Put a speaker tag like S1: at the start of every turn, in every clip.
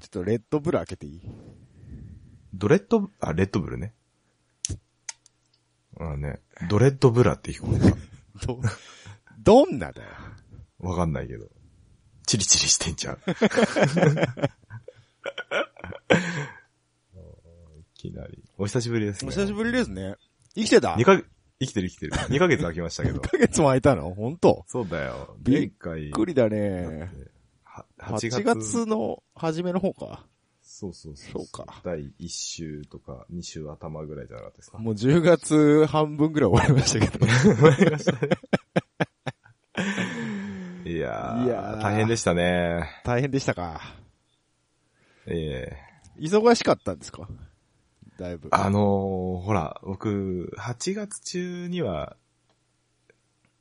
S1: ちょっとレッドブル開けてい い
S2: ドレッド、あ、レッドブルね。あのね、ドレッドブラって聞こえた。
S1: ど、どんなだよ。
S2: わかんないけど。チリチリしてんじゃん。いきなり。お久しぶりです
S1: お
S2: ね。
S1: 久しぶりですね。生きてた。
S2: 二ヶ月、生きてる生きてる。2ヶ月空きましたけど
S1: ヶ月も空いたの本当
S2: そうだよ。
S1: び
S2: 前
S1: っび
S2: 回
S1: っ、くりだね。
S2: は8
S1: 8
S2: 月。
S1: 月の初めの方か。
S2: そうそうそう。
S1: そうか
S2: 第1週とか2週頭ぐらいじゃなかったですか。
S1: もう10月半分ぐらい終わりましたけ ど。
S2: いやー、
S1: いやー
S2: 大変でしたね。
S1: 大変でしたか。
S2: ええ
S1: 忙しかったんですかだいぶ。
S2: あのー、ほら、僕、8月中には、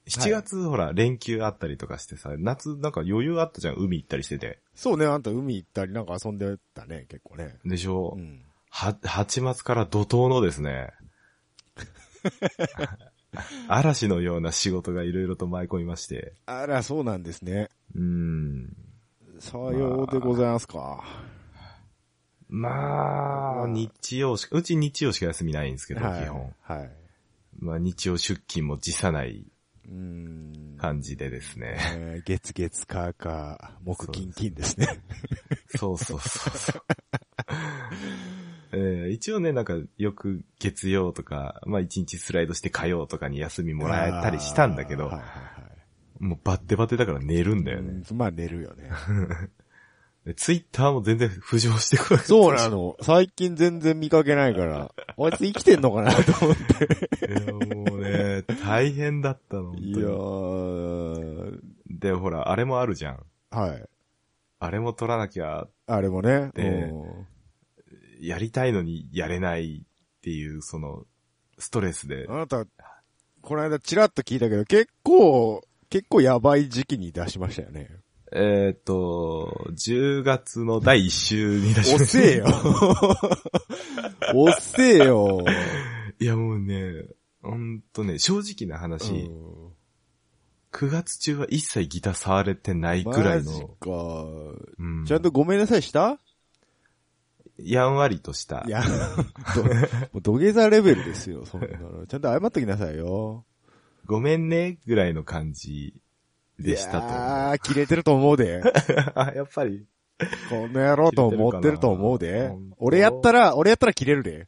S2: 7月、ほら、連休あったりとかしてさ、夏なんか余裕あったじゃん、海行ったりしてて。
S1: そうね、あんた海行ったりなんか遊んでたね、結構ね。
S2: でしょ、
S1: うん。
S2: は、8月から怒涛ので すね、嵐のような仕事がいろいろと舞い込みまして、
S1: あら、そうなんですね。
S2: うーん。
S1: さようでございますか。
S2: まあ、日曜しか、うち日曜しか休みないんですけど、
S1: はい。
S2: 基本。
S1: はい。
S2: まあ、日曜出勤も辞さないう
S1: ーん。
S2: 感じでですね。
S1: えー月月火火、木金金ですね。
S2: そうそうそうそう。えー一応ね、なんか、よく月曜とか、まあ一日スライドして火曜とかに休 みもらえたりしたんだけど、
S1: はいはいはい
S2: もうバッテバテだから寝るんだよ
S1: う
S2: ね。
S1: ん。まあ寝るよ ね。
S2: でツイッターも全然浮上してこない。
S1: そうなの。最近全然見かけないから、あいつ生きてんのかなと 思って。
S2: いやもうね、大変だったの。本当に
S1: いやー、
S2: で、ほら、あれもあるじゃん。
S1: はい。
S2: あれも撮らなきゃ、
S1: あれもね。
S2: で
S1: うん
S2: やりたいのにやれないっていう、その、ストレスで
S1: あ。なた、この間チラッと聞いたけど、結構、結構やばい時期に出しました よね。
S2: えーっと、10月の第1週に出しまし
S1: 遅
S2: た
S1: えよ。遅えよ。
S2: いやもうね、ほんとね、正直な話、
S1: うん
S2: 9月中は一切ギター触れてないぐら
S1: マ
S2: い
S1: ジ
S2: の、
S1: か。
S2: うん
S1: ちゃんとごめんなさいした
S2: やんわりとした
S1: い、や、どもう土下座レベルですよ、そんなの。ちゃんと謝っときなさいよ。
S2: ごめんね、ぐらいの感じでしたと思う。
S1: ああ、切れてると思うで。
S2: あ、やっぱり。
S1: この野郎と思ってると思う
S2: 切れてる
S1: で
S2: かな本。当
S1: 俺やったら、俺やったら切れるで。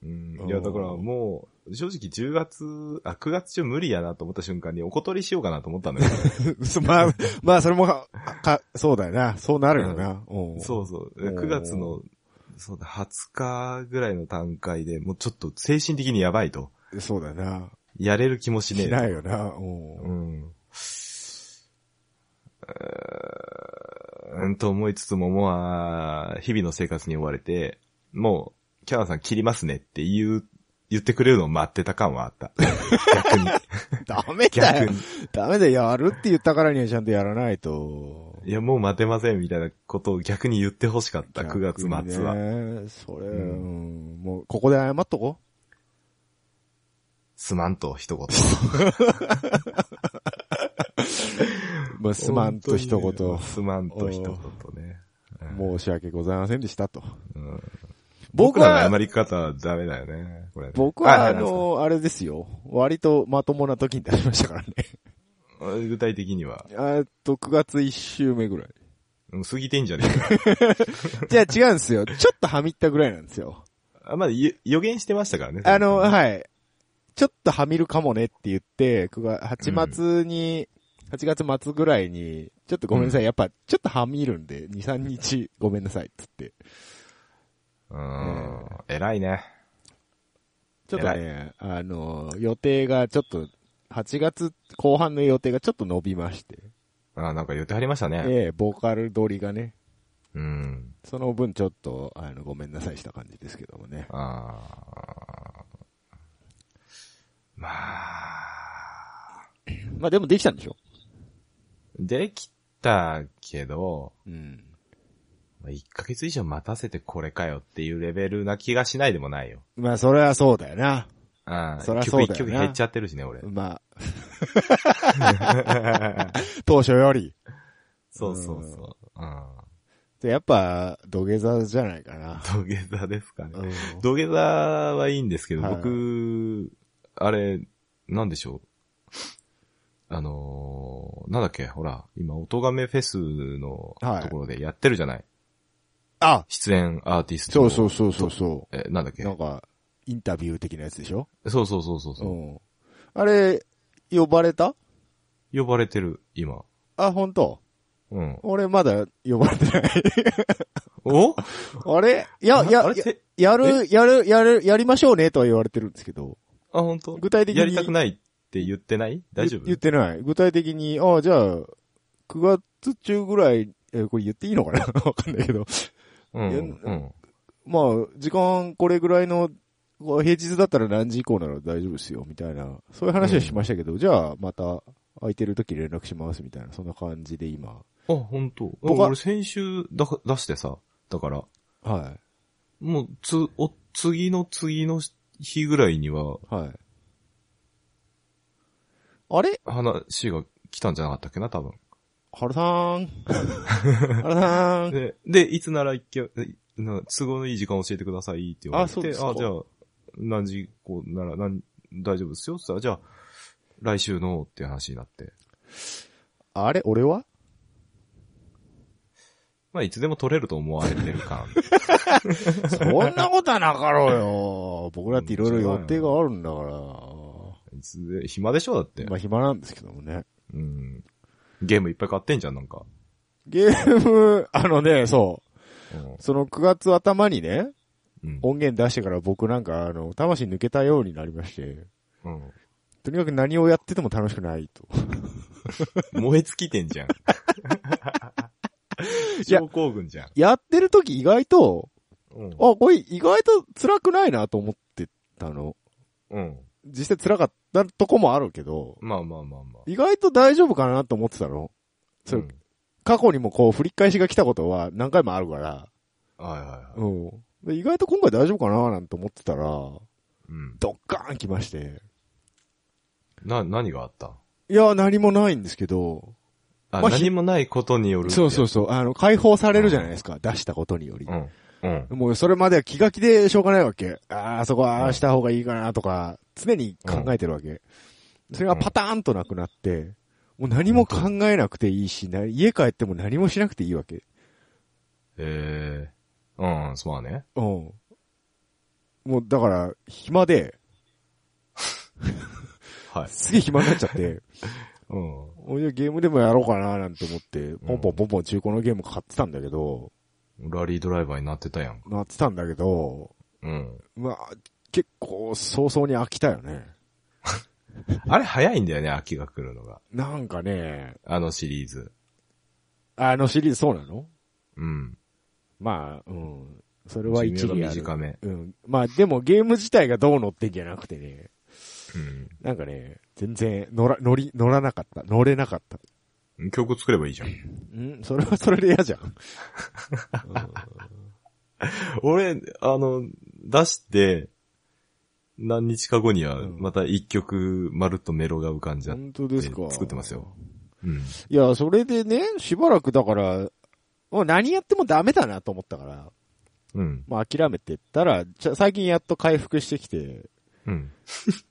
S2: うん
S1: うん。
S2: いや、だからもう、正直10月、あ、9月中無理やなと思った瞬間にお断りしようかなと 思ったのよ。
S1: 嘘まあ、まあ、それもか、かそうだよな。そうなるよな。うん
S2: そうそう。
S1: おー
S2: 9月の、そうだ、20日ぐらいの段階で、もうちょっと精神的にやばいと。
S1: そうだよな。
S2: やれる気もしねえ
S1: し
S2: と
S1: ないよな。うん
S2: うん。うーんと思いつつも、もう、日々の生活に追われて、もう、キャナさん切りますねって言う、言ってくれるのを待ってた感はあった。 逆に。
S1: ダメだよ
S2: 逆に。
S1: ダメだよ。やるって言ったからにはちゃんとやらないと。
S2: いや、もう待てませんみたいなことを逆に言ってほしかった、9月末は。
S1: は。それ、
S2: う
S1: うんもう、ここで謝っとこ
S2: すまんと、一言。
S1: う。まあ、 すまんと一
S2: 本当に
S1: 言
S2: ね。すまんと一言ね。
S1: 申し訳ございませんでしたと。
S2: うん
S1: 僕
S2: 僕ら
S1: は
S2: の謝、り方はダメだよね。これね
S1: 僕は、あ、
S2: なん
S1: の、あれですよ。割とまともな時に出しましたからね。
S2: すか具体的には。
S1: えっと、9月1週目ぐらい。
S2: うん過ぎてんじゃねえか。
S1: じゃあ違うんですよ。ちょっとはみったぐらいなんですよ。
S2: あまあ、ゆ予言してましたからね。
S1: あの、
S2: い。
S1: はい。ちょっとはみるかもねって言って、9月、8月に、8月末ぐらいに、ちょっとごめんなさい。やっぱ、ちょっとはみるんで、2、3日ごめんなさいっつって。
S2: うん。偉いね。
S1: ちょっとね、あの、予定がちょっと、8月後半の予定がちょっと伸びまして。
S2: あなんか言ってはりましたね。
S1: ええ、ボーカル撮りがね、
S2: うん。
S1: その分ちょっと、あの、ごめんなさいした感じですけどもね。
S2: あーまあ、
S1: まあでもできたんでしょ
S2: できたけど、
S1: うん。
S2: まあ1ヶ月以上待たせてこれかよっていうレベルな気がしないでもないよ。
S1: まあそれはそうだよな。
S2: ああ
S1: そりゃそうだよな
S2: 曲一曲減っちゃってるしね、俺。
S1: まあ、当初より。
S2: そうそうそう。うん。
S1: じゃあやっぱ、土下座じゃないかな。
S2: 土下座ですかね。
S1: うん
S2: 土下座はいいんですけど、
S1: はい
S2: 僕、あれ、なんでしょう。あのー、なんだっけ、ほら、今、音とがめフェスの
S1: はい
S2: ところでやってるじゃない。
S1: あ
S2: 出演アーティスト
S1: そ
S2: の。
S1: うそうそうそうそ
S2: え、なんだっ
S1: う。
S2: け。
S1: なんか、インタビュー的なやつでしょ
S2: そうそうそうそう。う
S1: うん。あれ、呼ばれた
S2: 呼ばれてる、今。
S1: あ、本当
S2: うん。
S1: 俺まだ呼ばれてない。
S2: お
S1: あれいや、いや、
S2: あ
S1: や
S2: れて
S1: やる、やる、やる、やりましょうねとは言われてるんですけど。
S2: あ、本当。
S1: 具体的に
S2: やりたくないって言ってない大丈
S1: ゆ
S2: 夫
S1: 言ってない。具体的に、ああ、じゃあ、9月中ぐらい、え、これ言っていいのかな わかんないけど。
S2: うん。
S1: や
S2: うん。
S1: まあ、時間これぐらいの、こう平日だったら何時以降なら大丈夫ですよ、みたいな。そういう話はしましたけど、じゃあ、また、空いてる時連絡します、みたいな、そんな感じで今。
S2: あ、本当。
S1: 僕は
S2: 俺先週だか出してさ、だから、
S1: は。
S2: もうつ、お、次の次の日ぐらいにはい
S1: はい。あれ
S2: 話が来たんじゃなかったっけな、多分。
S1: 原さ ん。原さん。
S2: で、で、いつなら行け、えな都合のいい時間教えてくださいって言われて、
S1: あそうですか
S2: じゃあ、何時こうなら、なん、大丈夫ですよって言ったら、じゃあ、来週のっていう話になって。
S1: あれ俺 は
S2: まあ、いつでも取れると思われてる 感。
S1: そんなことはなかろうよ。僕だっていろいろ予定があるんだから。
S2: いつで、暇でしょだって。
S1: まあ暇なんですけどもね。
S2: うん。ゲームいっぱい買ってんじゃん、なんか。
S1: ゲーム、あのね、そう。
S2: うん
S1: その9月頭にね、
S2: うん。
S1: 音源出してから僕なんか、あの、魂抜けたようになりまして、
S2: うん
S1: とにかく何をやってても楽しくないと。
S2: 燃え尽きてん じゃん。
S1: や
S2: 症候群じゃん。
S1: やってる時意外と、
S2: うん
S1: あ、これ意外と辛くないなと思ってたの。
S2: うん。
S1: 実際辛かったとこもあるけど、
S2: まあまあまあまあ。
S1: 意外と大丈夫かなと思ってたの。それ
S2: うん
S1: 過去にもこう振り返しが来たことは何回もあるから、
S2: はいはいはい。
S1: うん。で意外と今回大丈夫かななんて思ってたら、
S2: うん。
S1: ドッカーン来まして。
S2: な、何があった
S1: いや、何もないんですけど、
S2: あ、
S1: まあひ
S2: 何もないことによる。。
S1: そうそううそう、あの、解放されるじゃないですか、出したことにより
S2: う。ん。うん。
S1: もうそれまでは気が気でしょうがないわけ。ああ、そこはああした方がいいかなとか、常に考えてるわけ。それがパターンとなくなって、もう何も考えなくていいし、な家帰っても何もしなくていいわけ。
S2: ええー。うん、そうだね。
S1: うん。もうだから、暇で、
S2: はい。
S1: すげえ暇になっちゃって、
S2: うん。
S1: おいじゃあゲームでもやろうかななんて思って、ポンポンポンポン中古のゲーム買ってたんだけど、
S2: ラリードライバーになってたやん。
S1: なってたんだけど、
S2: うん。
S1: まあ、結構早々に飽きたよね。
S2: あれ早いんだよね、秋が来るのが。
S1: なんかね、
S2: あのシリーズ。
S1: あのシリーズそうなの
S2: うん。
S1: まあ、うん。それ
S2: 寿
S1: は一理
S2: 命
S1: あ
S2: が
S1: る。
S2: 短め。
S1: うん。まあでもゲーム自体がどう乗ってんじゃなくてね、
S2: うん。
S1: なんかね、全然乗ら、乗り、乗らなかった。乗れなかった。
S2: 曲作ればいいじゃん。
S1: んそれは それで嫌じゃん。
S2: 俺、あの、出して、何日か後には、
S1: うん
S2: また一曲、まるっとメロが浮かんじゃって、
S1: 本当ですか。
S2: 作ってますよ。うん。
S1: いや、それでね、しばらくだから、もう何やってもダメだなと思ったから、
S2: うん。
S1: まあ諦めてったら、ちょ最近やっと回復してきて、
S2: うん。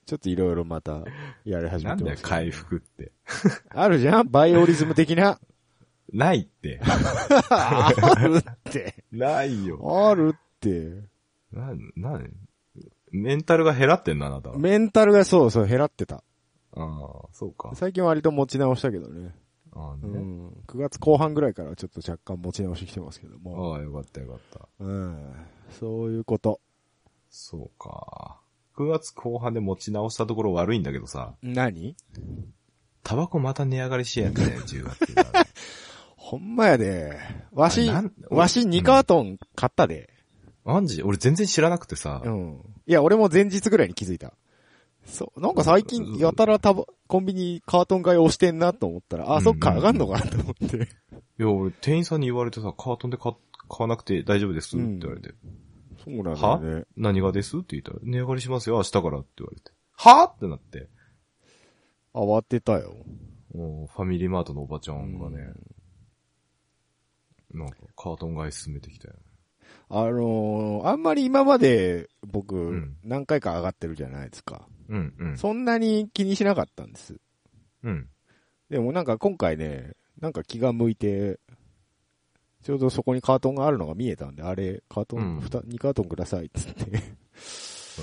S1: ちょっといろいろまたやり始
S2: な
S1: め
S2: ん
S1: て
S2: だ
S1: ま
S2: よ、
S1: す、
S2: 回。復って。
S1: あるじゃんバイオリズム的 な。
S2: な いって。
S1: あるって。
S2: ないよ。
S1: あるって。
S2: な、な、メンタルが減らってんな、あなたは。
S1: メンタルがそうそう、減らってた。
S2: ああ、そうか。
S1: 最近割と持ち直したけどね。
S2: ああ、
S1: う
S2: ね。
S1: ん。9月後半ぐらいからはちょっと若干持ち直してきてますけども。
S2: ああ、よかったよかった。
S1: うん。そういうこと。
S2: そうか。9月後半で持ち直したところ悪いんだけどさ、
S1: 何
S2: タバコまた値上がりしてやんだよ、10 月が。
S1: ほんまやで。わし
S2: あなん、
S1: わし2カートン買ったで。
S2: マジ俺全然知らなくてさ、
S1: うん。いや、俺も前日ぐらいに気づいた。そう、なんか最
S2: う
S1: 近、
S2: ん
S1: やたらたば、コンビニカートン買い押してんなと思ったら、
S2: う
S1: あ、
S2: ん
S1: そっか、上がんのかなと思って。
S2: いや、俺、店員さんに言われてさ、カートンで買買わなくて大丈夫ですって言われて、
S1: そうなんだよ
S2: は
S1: ね。
S2: 何がですって言ったら、値上がりしますよ、明日からって言われて。はってなって、
S1: 慌てたよ。
S2: もうファミリーマートのおばちゃんがね、なんか、カートン買い進めてきたよ。
S1: あのーあんまり今まで僕、
S2: ん
S1: 何回か上がってるじゃないですか。
S2: うん、うん。
S1: そんなに気にしなかったんです。
S2: うん。
S1: でもなんか今回ね、なんか気が向いて、ちょうどそこにカートンがあるのが見えたんで、あれ、カート
S2: う
S1: ン、
S2: ん
S1: 二、2カートンくださいっつっ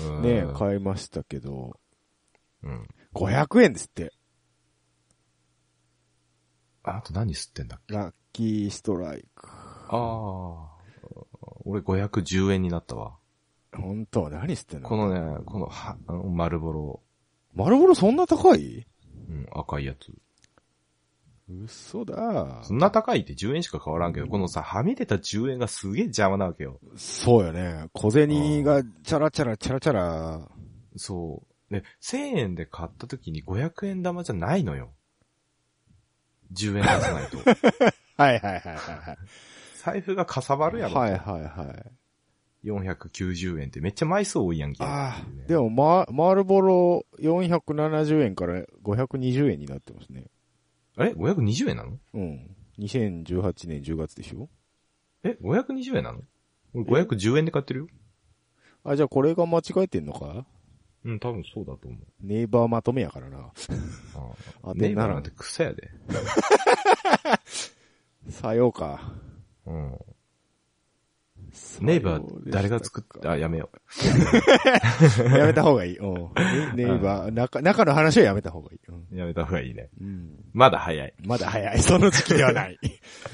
S1: て、ね、
S2: ね
S1: 買いましたけど、
S2: うん。
S1: 500円ですって。
S2: あと何吸ってんだっけ
S1: ラッキーストライク。
S2: ああ。俺510円になったわ。
S1: 本当は何してんの
S2: このね、この、は、あの丸ボロ、
S1: 丸ボロそんな高い
S2: うん、赤いやつ。
S1: 嘘だ
S2: そんな高いって10円しか変わらんけど、このさ、はみ出た10円がすげえ邪魔なわけよ。
S1: そうよね。小銭がチャラチャラチャラチャラ。
S2: そう。で、1000円で買った時に500円玉じゃないのよ。10円出さな いと。
S1: はいはいはいはい。
S2: 財布がかさばるやろ。
S1: はいはいはい。
S2: 490円ってめっちゃ枚数多いやんけ。
S1: あ
S2: っていうね
S1: あ、でも、ま、マルボロ470円から520円になってますね。
S2: あれ ?520 円なの
S1: うん。2018年10月でしょ
S2: え ?520 円なの俺510円で買ってるよ。
S1: あ、じゃあこれが間違えてんのか
S2: うん、多分そうだと思う。
S1: ネイバーまとめやからな。あ
S2: ネ
S1: で
S2: イ
S1: な
S2: バー
S1: ら
S2: なんて癖やで。
S1: さようか。
S2: うん。ネイバ
S1: さようでしたか
S2: ー誰が作った、あ、やめよう。
S1: やめた方がいい。うん。ネイバー、中、中の話はやめた方がいい。うん
S2: やめた方がいいね。
S1: うん。
S2: まだ早い。
S1: まだ早い。その時期ではない。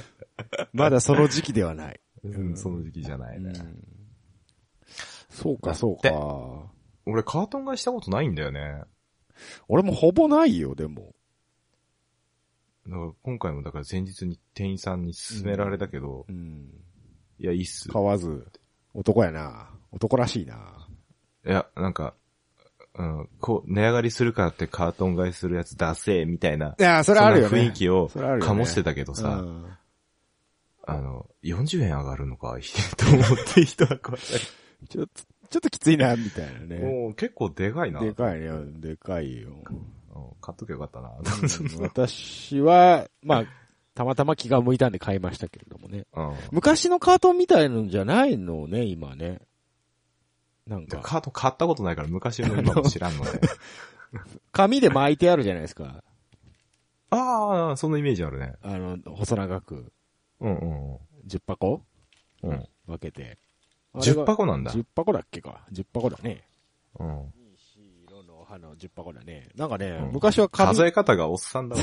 S1: まだその時期では ない。
S2: うん、その時期じゃないね。
S1: そうか、そうか。
S2: 俺カートン買いしたことないんだよね。
S1: 俺もほぼないよ、でも。
S2: だから今回もだから前日に店員さんに勧められたけど、
S1: うん。
S2: いや、いいっす。
S1: 買わず。男やな。男らしいな。
S2: いや、なんか、うん、こう、値上がりするからってカートン買いするやつ出せみたいな。
S1: いや、それあるよ
S2: そんな
S1: ね。
S2: 雰囲気を
S1: それあるよね
S2: 醸してたけどさ、
S1: うん
S2: あの、40円上がるのか、と思って人は買っ
S1: ちょっと、ちょっときついな、みたいな
S2: た り
S1: ね。
S2: もう結構でかいな。
S1: でかいね。でかい よ。
S2: うん買っときゃよかったな。
S1: うん私は、まあ、たまたま気が向いたんで買いましたけれどもね。
S2: うん。
S1: 昔のカートンみたいのじゃないのね、今ね。なん
S2: で
S1: か、
S2: カート買ったことないから昔も今も知ら んので。
S1: 紙で巻いてあるじゃないですか。
S2: ああ、そのイメージあるね。
S1: あの、細長く、
S2: うんうん
S1: 10箱
S2: うん。うん。
S1: 分けて。
S2: 10箱なんだ。
S1: ?10 箱だっけか。10箱だね。
S2: うん。
S1: 白の葉の10箱だね。なんかね、
S2: うん
S1: 昔は紙
S2: 数え方がおっさんだわ。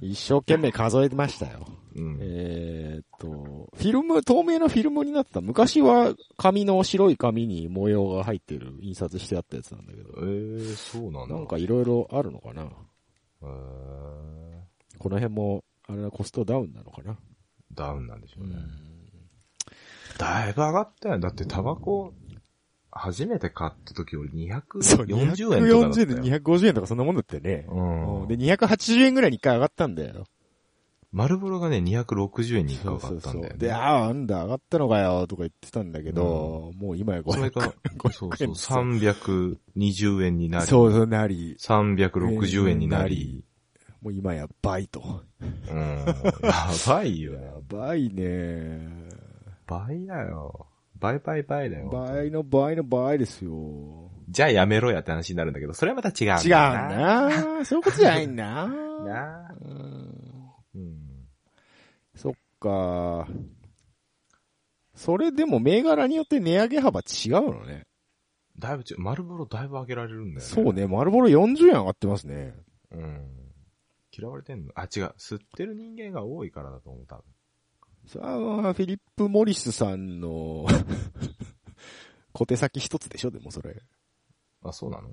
S1: 一生懸命数えてましたよ。
S2: うん。
S1: えーっと、フィルム、透明のフィルムになってた。昔は紙の白い紙に模様が入ってる、印刷してあったやつなんだけ
S2: え
S1: ど。
S2: ー、そうなんだ。
S1: なんかいろいろあるのかな。
S2: えー、
S1: この辺も、あれはコストダウンなのかな。
S2: ダウンなんでしょ
S1: う
S2: うね。
S1: ん。
S2: だいぶ上がったよ。だってタバコ、初めて買った時俺
S1: そう、
S2: 240
S1: 40円
S2: 円とかだったよ。
S1: 240円で250円とかそんなもんだったよね。
S2: うん。
S1: で、280円ぐらいに一回上がったんだよ。
S2: マルボロがね、260円に1回上がったんだよね。
S1: で、ああ、なんだ、上がったのかよ、とか言ってたんだけど、もう今や
S2: それ
S1: 500
S2: が、 そうそう、320円になり、
S1: そうそうなり、
S2: 360円になり、
S1: もう今や倍と。
S2: うん、やばいよ。
S1: 倍ね。
S2: 倍だよ。倍倍倍だよ。
S1: 倍の倍の倍ですよ。
S2: じゃあやめろやって話になるんだけど、それはまた違う。
S1: 違う。なそういうことじゃないんだな
S2: なあ
S1: うん
S2: うん。
S1: そっか。それでも銘柄によって値上げ幅違うのね。
S2: だいぶち、丸ボロだいぶ上げられるんだよね。
S1: そうね、丸ボロ40円上がってますね。
S2: うん。嫌われてんのあ、違う。吸ってる人間が多いからだと思う、多分。
S1: さあ、フィリップ・モリスさんの、 小手先一つでしょ、でもそれ。
S2: あ、そうなの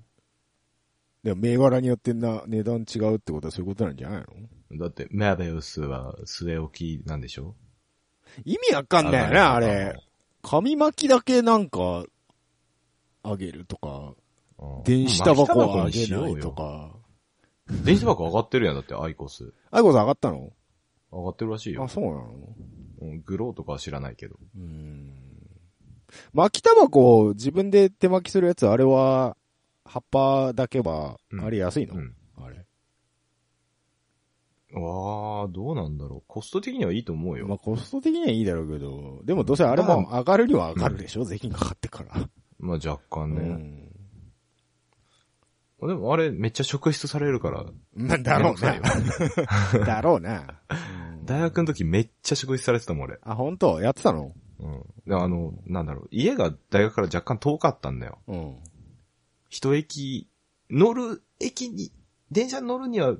S1: でも銘柄によってな、値段違うってことはそういうことなんじゃないの
S2: だって、メアベウスは据え置きなんでしょ
S1: 意味わかんないよね、あれ。。紙巻きだけなんか、あげるとか、
S2: うん
S1: 電子タバコはあ
S2: 巻き
S1: げ
S2: タ
S1: な
S2: バコに
S1: い
S2: し
S1: と
S2: ようよ
S1: か。
S2: 電子タバコ上がってるやん、だって、アイコス。
S1: あいこさん上がったの
S2: 上がってるらしいよ
S1: あ、。そうなの
S2: うんグローとかは知らないけど。
S1: うーん。巻きタバコを自分で手巻きするやつ、あれは、葉っぱだけは
S2: う、ん
S1: あれ安いの、
S2: うん。
S1: あれ。
S2: わあ、どうなんだろう。コスト的にはいいと思うよ。
S1: まあコスト的にはいいだろうけど、でもどうせあれも上がるには上がるでしょ、税金かかってから。
S2: まあ若干
S1: う
S2: ね。
S1: ん。
S2: でもあれめっちゃ職質されるから、
S1: な、だろう
S2: めんど
S1: な。だろうな。
S2: 大学の時めっちゃ職質されてたもん俺。
S1: あ、本当やってたの
S2: うん。で、あの、なんだろう。家が大学から若干遠かったんだよ。
S1: うん。
S2: 一駅、乗る駅に、電車に乗るには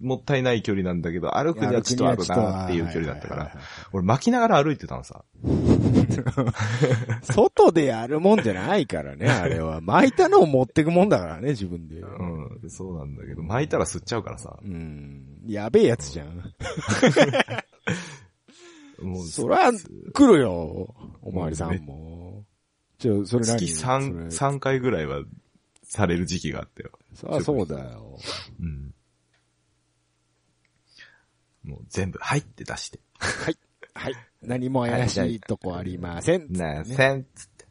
S2: もったいない距離なんだけど、歩くにはちょっとあるなっていう距離だったか
S1: はい
S2: ら
S1: はい、
S2: 俺巻きながら歩いてたのさ。
S1: はい。外でやるもんじゃないから ね、あれは。巻いたのを持ってくもんだからね、自分で。
S2: うん、そうなんだけど、巻いたら吸っちゃうからさ。
S1: うん。やべえやつじゃん。
S2: もう、
S1: そら、来るよ。おまわりさんも。ちょ、それ何
S2: 月3、
S1: それ
S2: 三回ぐらいはされる時期があったよ。
S1: そあそうだよ。
S2: うん。もう全部、はいって出して。
S1: はい。はい。何も怪しいとこありません。
S2: なあ、せん、つって。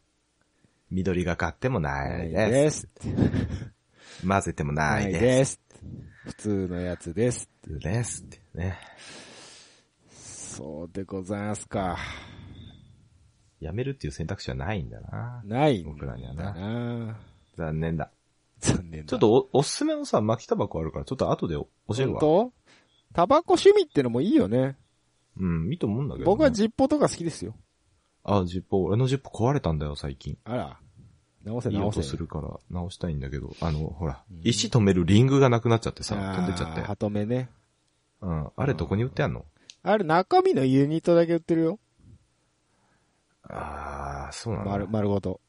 S2: 緑が買ってもない
S1: ない
S2: で
S1: です。
S2: す。混ぜてもな
S1: ないい
S2: で
S1: です。普通のやつです。
S2: す。ですってね。
S1: そうでございますか。
S2: やめるっていう選択肢はないんだな。
S1: ないん
S2: 僕らには
S1: だ
S2: な。
S1: な
S2: 残念だ。
S1: 残念だ。
S2: ちょっとお、おすすめのさ、巻きタバコあるから、ちょっと後で教える
S1: 本
S2: わ。
S1: 当タバコ趣味ってのもいいよね。
S2: うん、いいと思うんだけどね、
S1: 僕はジッポーとか好きですよ。
S2: あ、ジッポー、俺のジッポー壊れたんだよ、最近。
S1: あら。直せ
S2: いい
S1: 直せ。
S2: 音するから直したいんだけど、あの、ほら
S1: うん、
S2: 石止めるリングがなくなっちゃってさ、
S1: あー
S2: 飛んでっちゃって。
S1: ハトメね。
S2: うん。あれどこに売ってあんの
S1: あれ中身のユニットだけ売ってるよ。
S2: ああ、そうなんだ。
S1: 丸、丸ごと。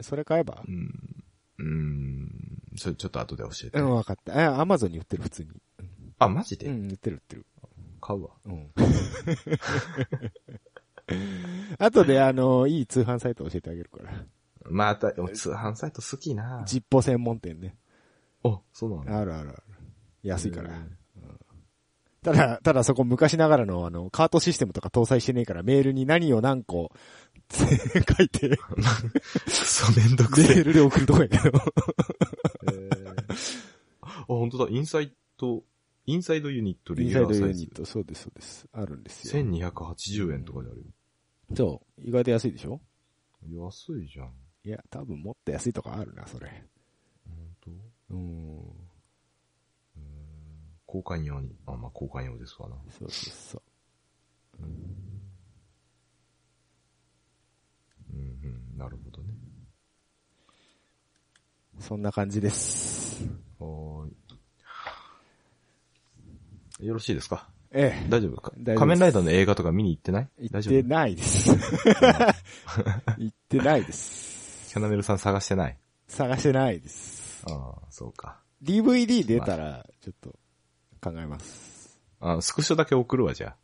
S1: それ買えば
S2: うん。うん。それちょっと後で教えて。
S1: うん、わかった。え、アマゾンに売ってる、普通に。
S2: あ、マジで、
S1: うん、売ってる売ってる。
S2: 買うわ。
S1: うん。 あとで、あの、いい通販サイト教えてあげるから。
S2: また、俺通販サイト好きな
S1: ジッポ専門店ね。
S2: あ、そうなんだ。
S1: あるあるある。安いから。う
S2: う
S1: ん んただ、ただそこ昔ながらのあの、カートシステムとか搭載してねえから、メールに何を何個、 書いて、メ
S2: そうめんどくせえ。
S1: ールで送るとこやけ ど。
S2: あ、本当だ。インサイト、インサイドユニット
S1: イ
S2: リ
S1: ン
S2: ギ
S1: サ
S2: ュ
S1: イ
S2: ラ
S1: ド
S2: ーサ
S1: ユ
S2: イ
S1: ニッ。
S2: ズ
S1: ト、そうです、そうです。あるんですよ。
S2: 1280円とかである
S1: そう。意外と安いでしょ
S2: よ。安いじゃん。本
S1: いや、多分もっと安いとかあるな、それ。
S2: 当
S1: うん。
S2: 交換用に。あ、まあ、交換用ですわな。
S1: そうそうそう。
S2: うんうん、なるほどね。
S1: そんな感じです。
S2: はーい。よろしいですか
S1: ええ。
S2: 大丈夫か
S1: 大丈夫です
S2: 仮面ライダーの映画とか見に行ってない
S1: 行
S2: 大
S1: っ
S2: 丈
S1: て
S2: 夫
S1: ないです。行ってないです。
S2: キャナメルさん探してない
S1: 探してないです。
S2: ああ、そうか。
S1: DVD 出たら、ちょっと、考え ます。
S2: あスクショだけ送るわ、じゃ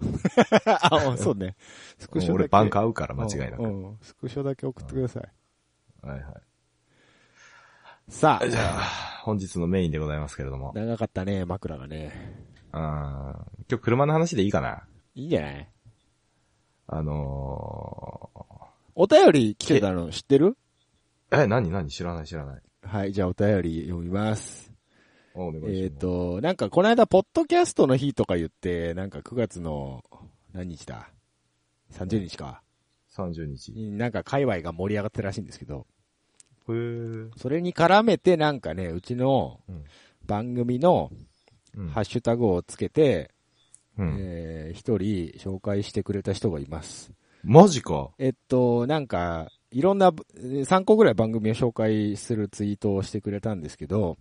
S2: あ。
S1: あ、うんそうね。スクショだけ。
S2: 俺バンク合うから間違いなく。
S1: う
S2: は
S1: んうんスクショだけ送ってください。
S2: いはい。
S1: さ
S2: じ
S1: あ、
S2: ゃあ、本日のメインでございますけれども。
S1: 長かったね、枕がね。
S2: あー今日車の話でいいかない
S1: いんじゃない
S2: あの
S1: お便り来てたの知ってる
S2: ー、え、何何知らない知らない。
S1: はい、じゃあお便り読みます。
S2: おお願いします。
S1: えっ、と、なんかこの間、ポッドキャストの日とか言って、なんか9月の、何日だ ?30 日か。
S2: 30日。へ
S1: なんか界隈が盛り上がってるらしいんですけど、
S2: え。うん。
S1: それに絡めてなんかね、うちの番組の
S2: うん
S1: ハッシュタグをつけて、
S2: うん。
S1: えー一人紹介してくれた人がいます。
S2: マジか。
S1: えっと、なんか、いろんな、3個ぐらい番組を紹介するツイートをしてくれたんですけど、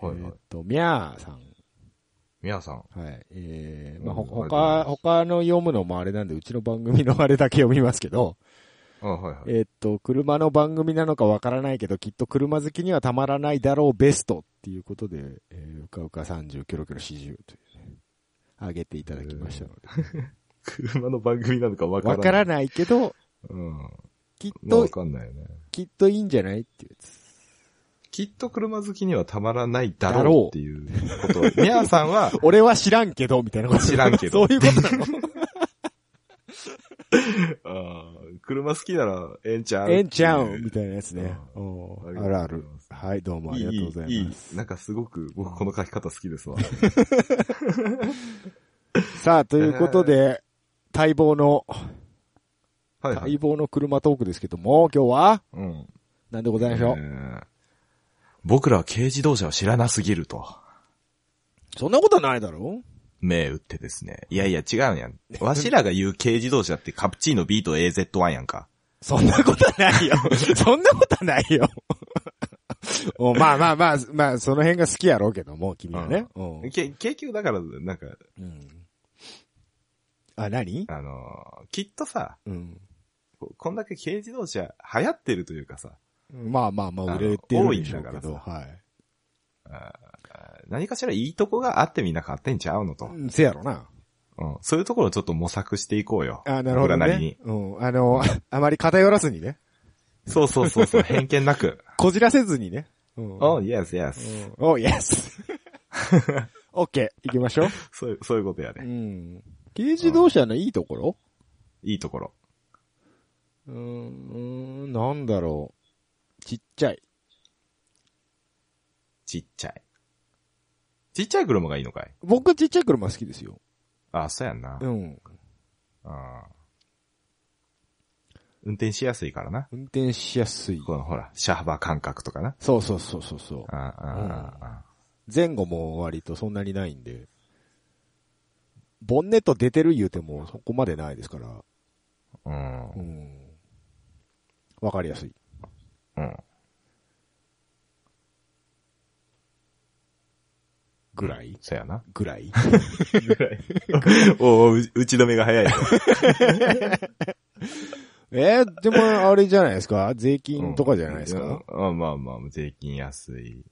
S2: はいは
S1: えっ。
S2: い
S1: と、みゃーさん、
S2: 皆さん。
S1: はい。えー、まあ、ほ
S2: うんありがとうござい
S1: 他、
S2: ます
S1: 他の読むのもあれなんで、うちの番組のあれだけ読みますけど、
S2: あはいはい。
S1: えーっと、車の番組なのかわからないけど、きっと車好きにはたまらないだろうベストっていうことで、えーうかうか30、キロキロ40というね、上げていただきましたので。
S2: 車の番組なのかわから
S1: わ
S2: ない。
S1: からないけど、
S2: うん。
S1: きっ
S2: まあ
S1: と
S2: わ、かんないよね。
S1: きっといいんじゃないっていうやつ。
S2: きっと車好きにはたまらないだ
S1: だろう
S2: ろうっていうこと。みやさんは、
S1: 俺は知らんけど、みたいなこと。
S2: 知らんけど
S1: そういうことなの
S2: あー車好きならええんちゃう
S1: ええんちゃうんみたいなやつね。
S2: うん
S1: おー
S2: ありがとうご
S1: あ
S2: ざい
S1: る
S2: ます
S1: ある。はい、どうもありがとうございます。
S2: いいなんかすごく僕この書き方好きですわ。
S1: さあ、ということで、待望の、
S2: はい、は
S1: 待
S2: い。
S1: 望の車トークですけども、今日は、
S2: うん。
S1: なんでございましょう。
S2: えー僕らは軽自動車を知らなすぎると、
S1: そんなことはないだろ
S2: 目打ってですね。いやいや違うんや ん。わしらが言う軽自動車ってカプチーノビート AZ1 やんか。
S1: そんなことはない よ。そんなことはないよ。 おまあまあまあ、まあ、その辺が好きやろうけども、君はね。うん。
S2: け、結局だから、なんか、
S1: うんあ、何
S2: あのーきっとさ、
S1: うん。
S2: ここんだけ軽自動車流行ってるというかさ、
S1: まあまあま
S2: あ
S1: あ、
S2: の
S1: 売れてるんでしょうけ
S2: 多いんだから
S1: ど、は
S2: 何かしらいいとこがあってみんな買ってんちゃうのと。
S1: い。うんせやろな。
S2: うんそういうところをちょっと模索していこうよ。
S1: あ、なるほど
S2: 僕らなり
S1: ね
S2: に。。
S1: うん。あの、あまり偏らずにね。
S2: そうそうそうそう、偏見 なく。
S1: こじらせずにね。うん。
S2: お yes, yes.
S1: お、イエ ス。オッケー、行きましょう。
S2: そういう、そういうことや
S1: う
S2: ね。
S1: ん。軽自動車のいいところ
S2: いいところ。
S1: うーん、なんだろう。ちっちゃい。
S2: ちっちゃい。ちっちゃい車がいいのかい
S1: 僕ちっちゃい車好きですよ。
S2: あ、そうやんな。
S1: うん。
S2: うん運転しやすいからな。
S1: 運転しやすい。
S2: このほら、車幅感覚とかな。
S1: そうそうそうそうそう。
S2: ああああ
S1: 前後も割とそんなにないんで。ボンネット出てる言うてもそこまでないですから。
S2: うん
S1: う。ん。わかりやすい。
S2: うん。
S1: ぐらい
S2: そうや な。
S1: ぐら い
S2: おお、う打ち止めが早い。
S1: えー、でもあれじゃないですか税金とかじゃないですか、
S2: うんうんまあまあ、税金安い。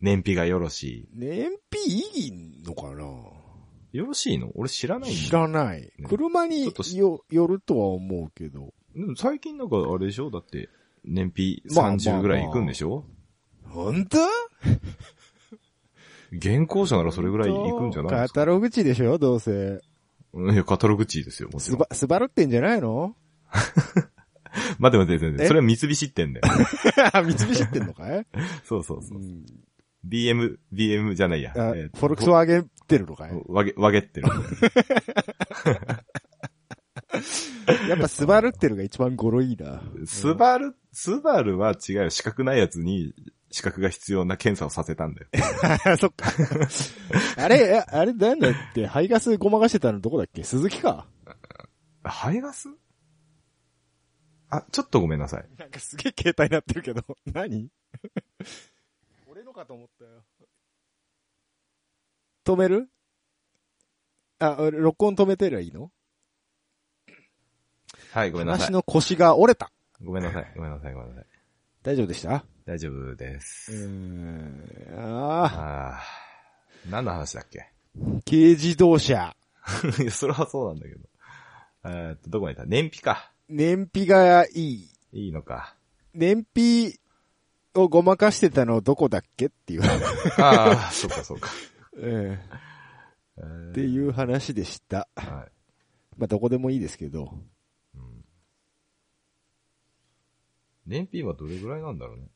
S2: 燃費がよろし。
S1: 燃費いいのかない
S2: よろしいの俺知らないんだ
S1: 知らない。車に
S2: ちょっとし
S1: よよるとは思うけど。
S2: でも最近なんかあれでしょだって、燃費
S1: まあまあま
S2: 30
S1: あ
S2: ぐらいいくんでしょ、
S1: 本当
S2: 現行車ならそれぐらいいくんじゃないで
S1: カ
S2: すか
S1: タログ値でしょどうせ。
S2: いや、カタログ値ですよ、もち
S1: ス
S2: ろん
S1: バ、。スバルってんじゃない の
S2: 待って待って待って、
S1: え
S2: それは三菱ってんだよ。
S1: 三菱ってんのかい、
S2: そうそうそうう。
S1: ん、
S2: BM、BM じゃないや。
S1: あ
S2: えー
S1: フォルクスワーゲンってるのかい
S2: わげ、わげってる。
S1: やっぱスバルってるが一番ゴロいい な。
S2: スバル、スバルは違うよ。資格ないやつに資格が必要な検査をさせたんだよ。
S1: あ、そっか。 あれ、えあれなんだって、排ガスごまかしてたのどこだっけ鈴木か。
S2: ハイガスあ、ちょっとごめんなさい。
S1: なんかすげえ携帯になってるけ ど。何俺のかと思ったよ。止めるあ、俺録音止めてりゃいいの
S2: はい、ごめんなさ
S1: 話
S2: い。
S1: の腰が折れた。
S2: ごめんなさい。ごめんなさい、ごめんなさい。
S1: 大丈夫でした
S2: 大丈夫です。
S1: ん。あ
S2: あー何の話だっけ
S1: あ、軽自動車。
S2: いやそれはそうなんだけど。えーっと、どこにいた燃費か。
S1: 燃費がいい。
S2: いいのか。
S1: 燃費をごまかしてたのどこだっけっていう、
S2: ああ、そうかそうか。
S1: ええ
S2: えー
S1: っていう話でした。
S2: はい。
S1: まあ、どこでもいいですけど。
S2: うん燃費はどれぐらいなんだろうね。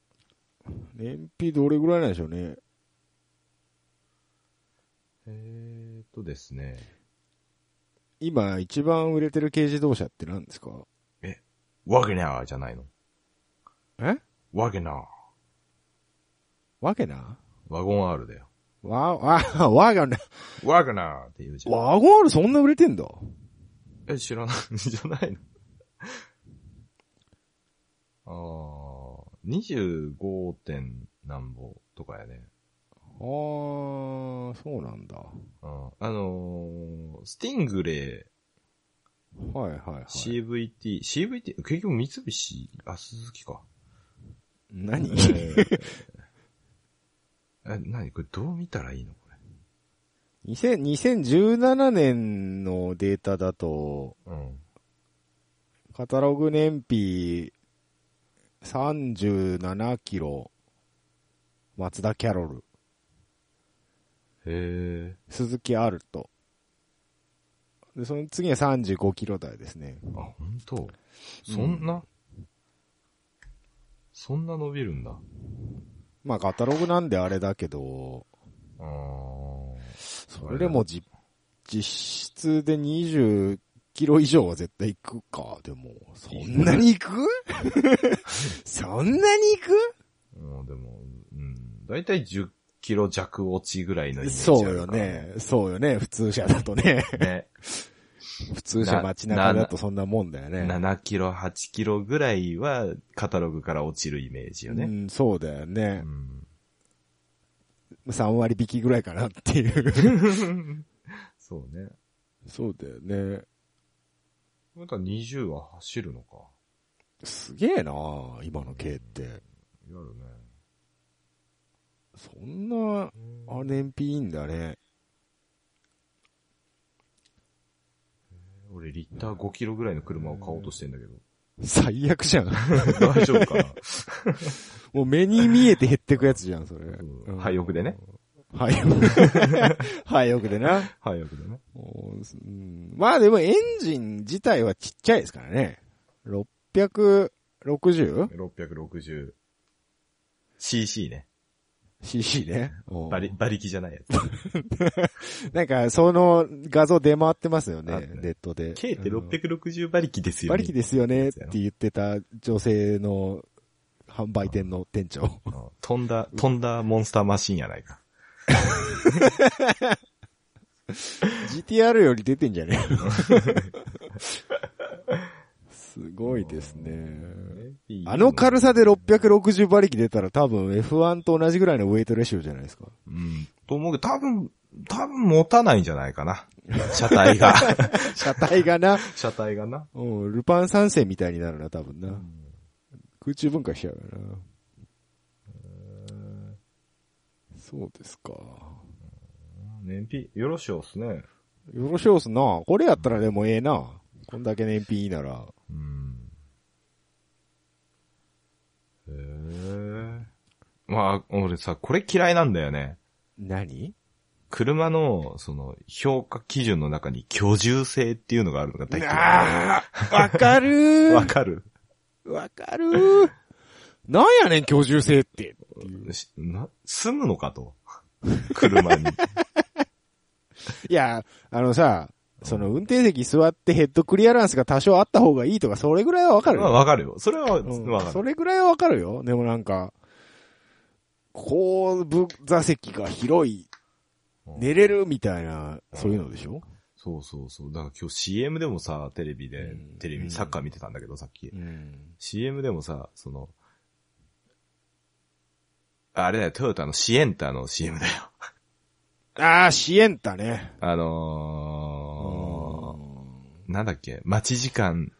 S1: 燃費どれぐらいなんでしょうね。
S2: えーっとですね。
S1: 今、一番売れてる軽自動車って何ですか
S2: ワゲナーじゃないの。
S1: え
S2: ワゲナー。
S1: わけな
S2: ワゴン R だよ。
S1: わ、わ、わがな、
S2: ワゲナーっていうじゃん。
S1: ワゴンあるそんな売れてんだ。
S2: え、知らないじゃないの。ああ、25. 点なんぼとかやね。
S1: あー、そうなんだ。
S2: うんあのー、スティングレ
S1: はいはいはい。
S2: ー、CVT、CVT、結局三菱、あ、鈴 木か。
S1: 何
S2: えーえ、なにこれどう見たらいいのこ
S1: 2000 2017年のデータだと、
S2: れ。うん。
S1: カタログ燃費37キロ、マツダキャロル、
S2: へえ。
S1: 鈴木アルト。で、その次は35キロ台ですね。
S2: あ、本当。そんな、そんな伸びるんだ。
S1: まあ、カタログなんであれだけど、
S2: うーん。
S1: それでもじ、実質で20キロ以上は絶対行くか、でも。そんなに行く そんなに行く
S2: うん、でも、うん。だいたい10キロ弱落ちぐらいのイメージあ
S1: そう
S2: る
S1: よ
S2: から。
S1: ね。そうよね。普通車だとね。
S2: ね。
S1: 普通車街中だとそんなもんだよね。
S2: 7キロ、8キロぐらいは、カタログから落ちるイメージよ
S1: う
S2: ね。
S1: ん、そうだよ
S2: う
S1: ね。
S2: ん。
S1: 3割引きぐらいかなっていう。
S2: そうね。
S1: そうだよね。
S2: また20は走るのか。
S1: すげえな今の軽って。
S2: やるね。
S1: そんな、あ、燃費いいんだね。
S2: 俺、リッター5キロぐらいの車を買おうとしてん だけど。
S1: 最悪じゃん。
S2: 大丈夫かな
S1: もう目に見えて減ってくやつじゃん、それ。
S2: うん廃屋でね。
S1: 廃屋。 廃屋でな。
S2: 早くだね。
S1: うんまあでもエンジン自体はちっちゃいですからね。660cc
S2: 660cc ね。
S1: ね。お
S2: 馬力馬力じゃないや
S1: なんか、その画像出回ってますよね
S2: あったね、
S1: ネットで。
S2: つ。K って
S1: うん
S2: 660馬力ですよ
S1: 馬
S2: ね。
S1: 力ですよねって言ってた女性の販売店の店長。
S2: うん飛んだ、飛んだモンスターマシンやないか。
S1: GTR より出てんじゃねえ のすごいですね。あの軽さで660馬力出たら多分 F1 と同じぐらいのウェイトレシオじゃない ですか。
S2: うん。と思うけど、多分、多分持たないんじゃないかな。車 体が。
S1: 車体がな、
S2: 車体がな。
S1: うん、ルパン三世みたいになるな、多分な。空中分解しちゃうよな。そうですか。
S2: 燃費、よろしいですね。
S1: よろしおすな。これやったらでもええな。こんだけ燃費いいなら。
S2: うん。へえ。まあ、俺さ、これ嫌いなんだよね。
S1: 何
S2: 車の、その、評価基準の中に居住性っていうのがあるのが大嫌
S1: ああわかる
S2: い。
S1: ー
S2: わかる
S1: わかるーなんやねん、居住性って。っていう
S2: しな住むのかと。車に。
S1: いや、あのさ、その運転席座ってヘッドクリアランスが多少あった方がいいとか、それぐらいはわかる
S2: まあ
S1: よ。
S2: わかるよ。それは、わ
S1: うん
S2: か
S1: そ
S2: る。
S1: れぐらいはわかるよ。でもなんか、後部座席が広い、
S2: うん
S1: 寝れるみたいな、そういうのでしょ
S2: そうそうそう。だから今日 CM でもさ、テレビで
S1: うん、
S2: テレビ、サッカー見てたんだけど、さっき。
S1: うん。
S2: CM でもさ、その、あれだよ、トヨタのシエンタの CM だよ。
S1: ああ、シエンタね。
S2: あのー、なんだっけ、待ち時間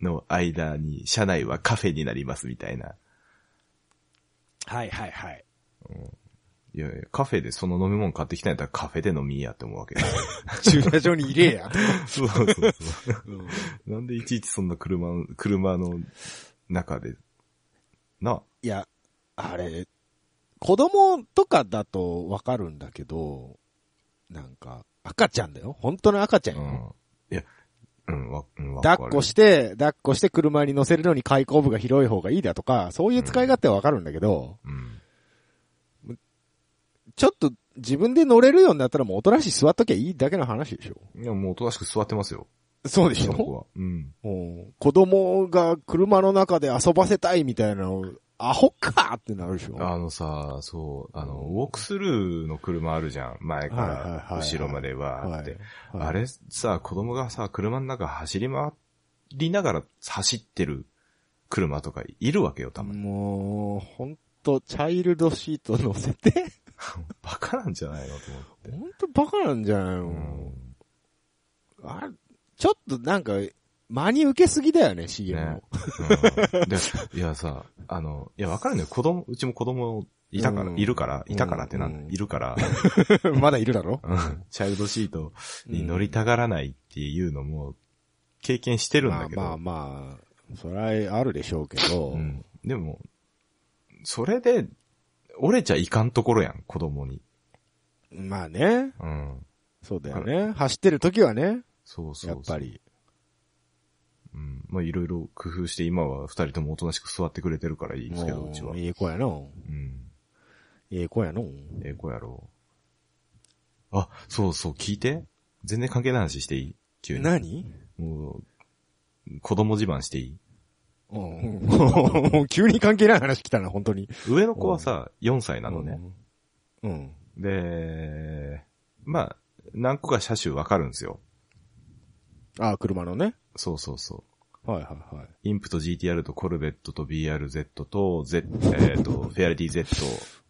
S2: の間に車内はカフェになりますみたいな。
S1: はいはいはい。
S2: いやいや、カフェでその飲み物買ってきたんやったらカフェで飲みやって思うわけだ。
S1: 駐車場に入れや。
S2: そうそうそう。なんでいちいちそんな車の、車の中で、な、
S1: いや、あれ、子供とかだとわかるんだけど、なんか、赤ちゃんだよ。本当の赤ちゃん
S2: う
S1: よ。
S2: ん。いや、うん、わ、うん、わかる
S1: 抱っこして、抱っこして車に乗せるのに開口部が広い方がいいだとか、そういう使い勝手はわかるんだけど、
S2: うん。
S1: ちょっと自分で乗れるようになったらもうおとなしい座っときゃいいだけの話でしょ。
S2: いや、もうおとなしく座ってますよ。
S1: そうで
S2: そ
S1: し
S2: の子
S1: ょ
S2: は。うん。
S1: うん子供が車の中で遊ばせたいみたいなの、アホかってなるでしょ。
S2: あのさ、そう、あの、ウォークスルーの車あるじゃん。前か
S1: はいはいはい
S2: ら
S1: はい
S2: 後ろまでわーって。
S1: はい
S2: あれさ、子供がさ、車の中走り回りながら走ってる車とかいるわけよ、たまに。
S1: もう、ほんと、チャイルドシート乗せて、
S2: バカなんじゃないのと思って。
S1: ほんとバカなんじゃないの、
S2: うん
S1: あれちょっとなんか、間に受けすぎだよね、CM の。
S2: ね、うんで、いやさ、あの、いや、わかるね。子供、うちも子供いたから、
S1: うん
S2: いるから、いたからってなんだ、
S1: うん
S2: いるから、
S1: まだいるだろ
S2: うんチャイルドシート に乗りたがらないっていうのも、経験してるんだけど。
S1: まあまあ、それはあるでしょうけど、
S2: うん、でも、それで、折れちゃいかんところやん、子供に。
S1: まあね、
S2: うん。
S1: そうだよね。走ってる時はね、
S2: そうそうそう
S1: やっぱ。り。
S2: うん。まあ、いろいろ工夫して、今は二人ともおとなしく座ってくれてるからいいですけど、
S1: も
S2: うちは。
S1: いい子やな。
S2: うん。
S1: ええ子やの。
S2: ええ子やろ。あ、そうそう、聞いて。全然関係ない話していい急に。
S1: 何
S2: もう、子供自慢していい
S1: うん。 急に関係ない話来たな、本当に。
S2: 上の子はさ、4歳なのね。
S1: うん。
S2: で、まあ、何個か車種わかるんですよ。
S1: ああ、車のね。
S2: そうそうそう。
S1: はいはいはい。
S2: インプと GTR とコルベットと BRZ と、Z、えっ、と、フェアリティ Z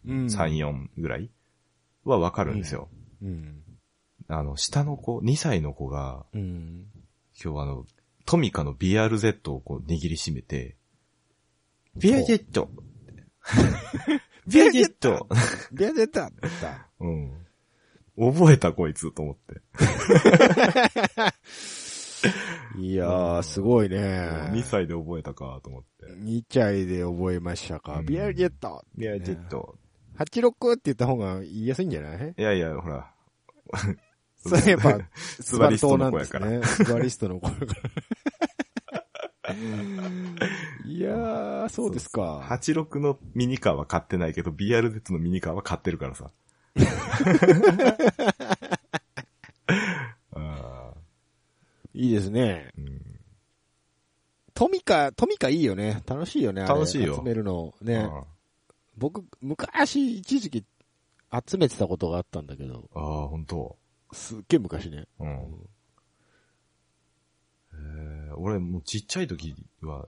S1: うん。
S2: 3、4ぐらいはわかるんですよ。
S1: うん。
S2: あの、下の子、2歳の子が、
S1: うん。
S2: 今日あの、トミカの BRZ をこう握りしめて、 ト
S1: BRZ で、出た出た。
S2: うん。覚えたこいつと思って。
S1: いやー、すごいね。
S2: 2歳で覚えたかと思って。
S1: 2歳で覚えましたか。
S2: うん
S1: ビアジェット。
S2: ト。
S1: 86って言った方が言いやすいんじゃない
S2: いやいや、ほら。
S1: そういえば、
S2: スバリストの
S1: ス
S2: 子
S1: バル島な
S2: やか
S1: ん
S2: ら。
S1: ですね。スバリストの子やから。いやー、そうですか。
S2: 86のミニカーは買ってないけど、BRZ のミニカーは買ってるか らさ。あ
S1: いいですね。
S2: ーうん
S1: トミカ、トミカいいよね。楽しいよね。あれ
S2: 楽しいよ
S1: 集めるの。ね。
S2: あ
S1: 僕、昔、一時期、集めてたことがあったんだけど、
S2: ーあー、本当。
S1: すっげえ昔ね。
S2: うん。えー俺もうちっちゃい時は、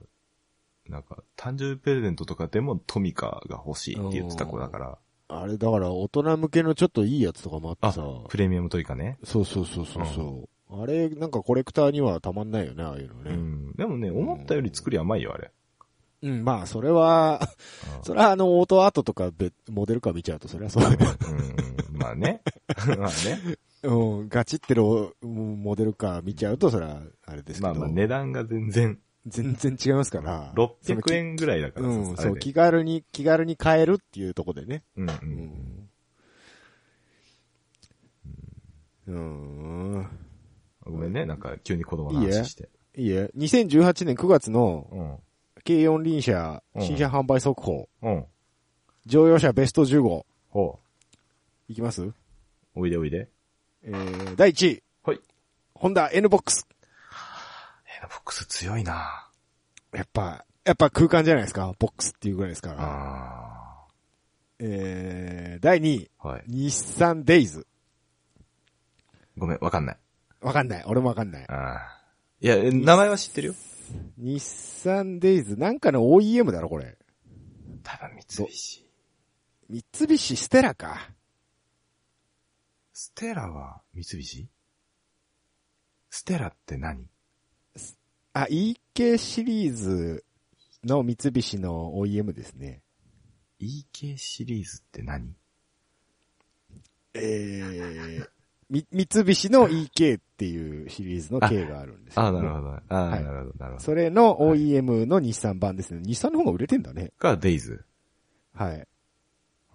S2: なんか、誕生日プレゼントとかでもトミカが欲しいって言ってた子だから、
S1: あれ、だから、大人向けのちょっといいやつとかもあってさ。
S2: プレミアムトイカね。
S1: そうそうそうそうそう、あれ、なんかコレクターにはたまんないよね、ああいうの
S2: う
S1: ね。
S2: ん。でもね、思ったより作り甘いよ、あれ。
S1: うん、まあ、それは、
S2: うん
S1: それはあの、オートアートとかで、モデルか見ちゃうと、それはそう。
S2: うん、まあ ね。まあね。
S1: うん、ガチってるモデルか見ちゃうと、それは、あれですけ
S2: ま
S1: ど。
S2: あまあ値段が全然、
S1: 全然違いますから。
S2: 600円ぐらいだから
S1: うん、
S2: さ
S1: そう、気軽に、気軽に買えるっていうとこでね。
S2: うんう。
S1: うんん。うん。
S2: ごめんね、なんか急に子供の話して。
S1: いいえ、2018年9月の
S2: うん。
S1: 軽4輪車
S2: うん
S1: 新車販売速報、
S2: うん。
S1: 乗用車ベスト15。
S2: ほ
S1: いきます
S2: う。おいでおいで。
S1: えー、第1位。
S2: はい。
S1: ホンダ N ボックス。
S2: ヘナボックス強いな
S1: やっぱ、やっぱ空間じゃないですか。ボックスっていうぐらいですから。
S2: あ
S1: えー、第2位。
S2: あ。はい。
S1: 日産デイズ。
S2: ごめん、わかんない。
S1: わかんない。俺もわかんない。
S2: ああ。いや、え名前は知ってるよ。
S1: 日産デイズ。なんかの OEM だろ、これ。
S2: 多分三菱。
S1: 三菱ステラか。
S2: ステラは三菱ステラって何
S1: あ、EK シリーズの三菱の OEM ですね。
S2: ?EK シリーズって何
S1: え ー、み三菱の EK っていうシリーズの K があるんです
S2: ああ、なる
S1: ど。
S2: ほど。ああ、
S1: はい
S2: なるほど、なるほど。
S1: それの OEM の日産版ですね。日産の方が売れてんだね。
S2: がデイズ。
S1: はい。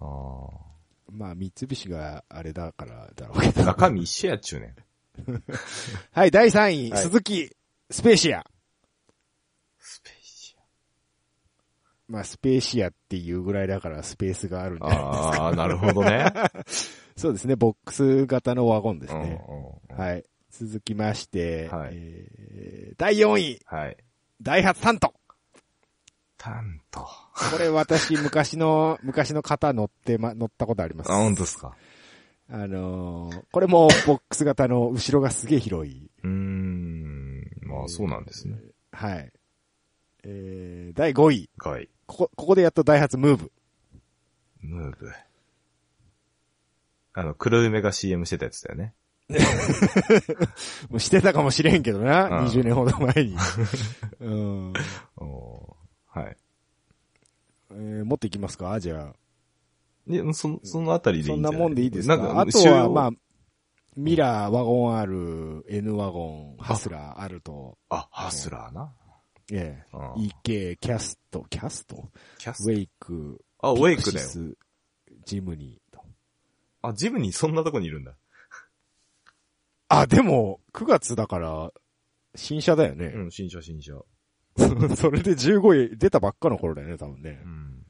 S2: ああ。
S1: まあ、三菱があれだからだろうけど。
S2: 中身一緒やっちゅうねん。
S1: はい、第3位、
S2: はい
S1: 鈴木、スペーシア。
S2: スペーシ
S1: まあ、スペーシアっていうぐらいだからスペースがあるんで。
S2: ああ、なるほどね。
S1: そうですね、ボックス型のワゴンです
S2: うんうん
S1: ね。
S2: うん
S1: はい。続きまして、
S2: はい
S1: えー第4位、
S2: はい。
S1: ダイハツタント。
S2: タント。あ、
S1: これ私、昔の、 昔の方乗って、ま、乗ったことあります。
S2: 本当ですか。
S1: あのーこれもボックス型の後ろがすげえ広い。
S2: うーん。まあ、そうなんですね。
S1: はい。えー、第5位。
S2: はい。
S1: ここ、ここでやっとダイハツムーブ。
S2: ムーブ。あの、黒梅が CM してたやつだよね。
S1: もうしてたかもしれんけどな、
S2: うん
S1: 20年ほど前 に。うん。
S2: おーはい。
S1: えー、持っていきますかじゃあ。
S2: で、その、そのあたりでいい
S1: そ
S2: ん
S1: ん
S2: じゃ
S1: ないもんでいいですか
S2: なん
S1: あとは、まあ
S2: あ、、
S1: ミラー、ワゴン R、N ワゴン、ハスラー、あると、
S2: あ、ハスラーな。
S1: ええ
S2: うん
S1: EK、キャスト、キャスト
S2: キャ
S1: ウ
S2: ス
S1: ェイク、
S2: あ、ウェイクだよ
S1: ピク。シス。ジムニーと。
S2: あ、ジムにそんなとこにいるんだ。
S1: あ、でも、9月だから、新車だよ
S2: う
S1: ね。
S2: ん、新車新車。
S1: それで15位出たばっかの頃だよね、多分ね
S2: う。ん。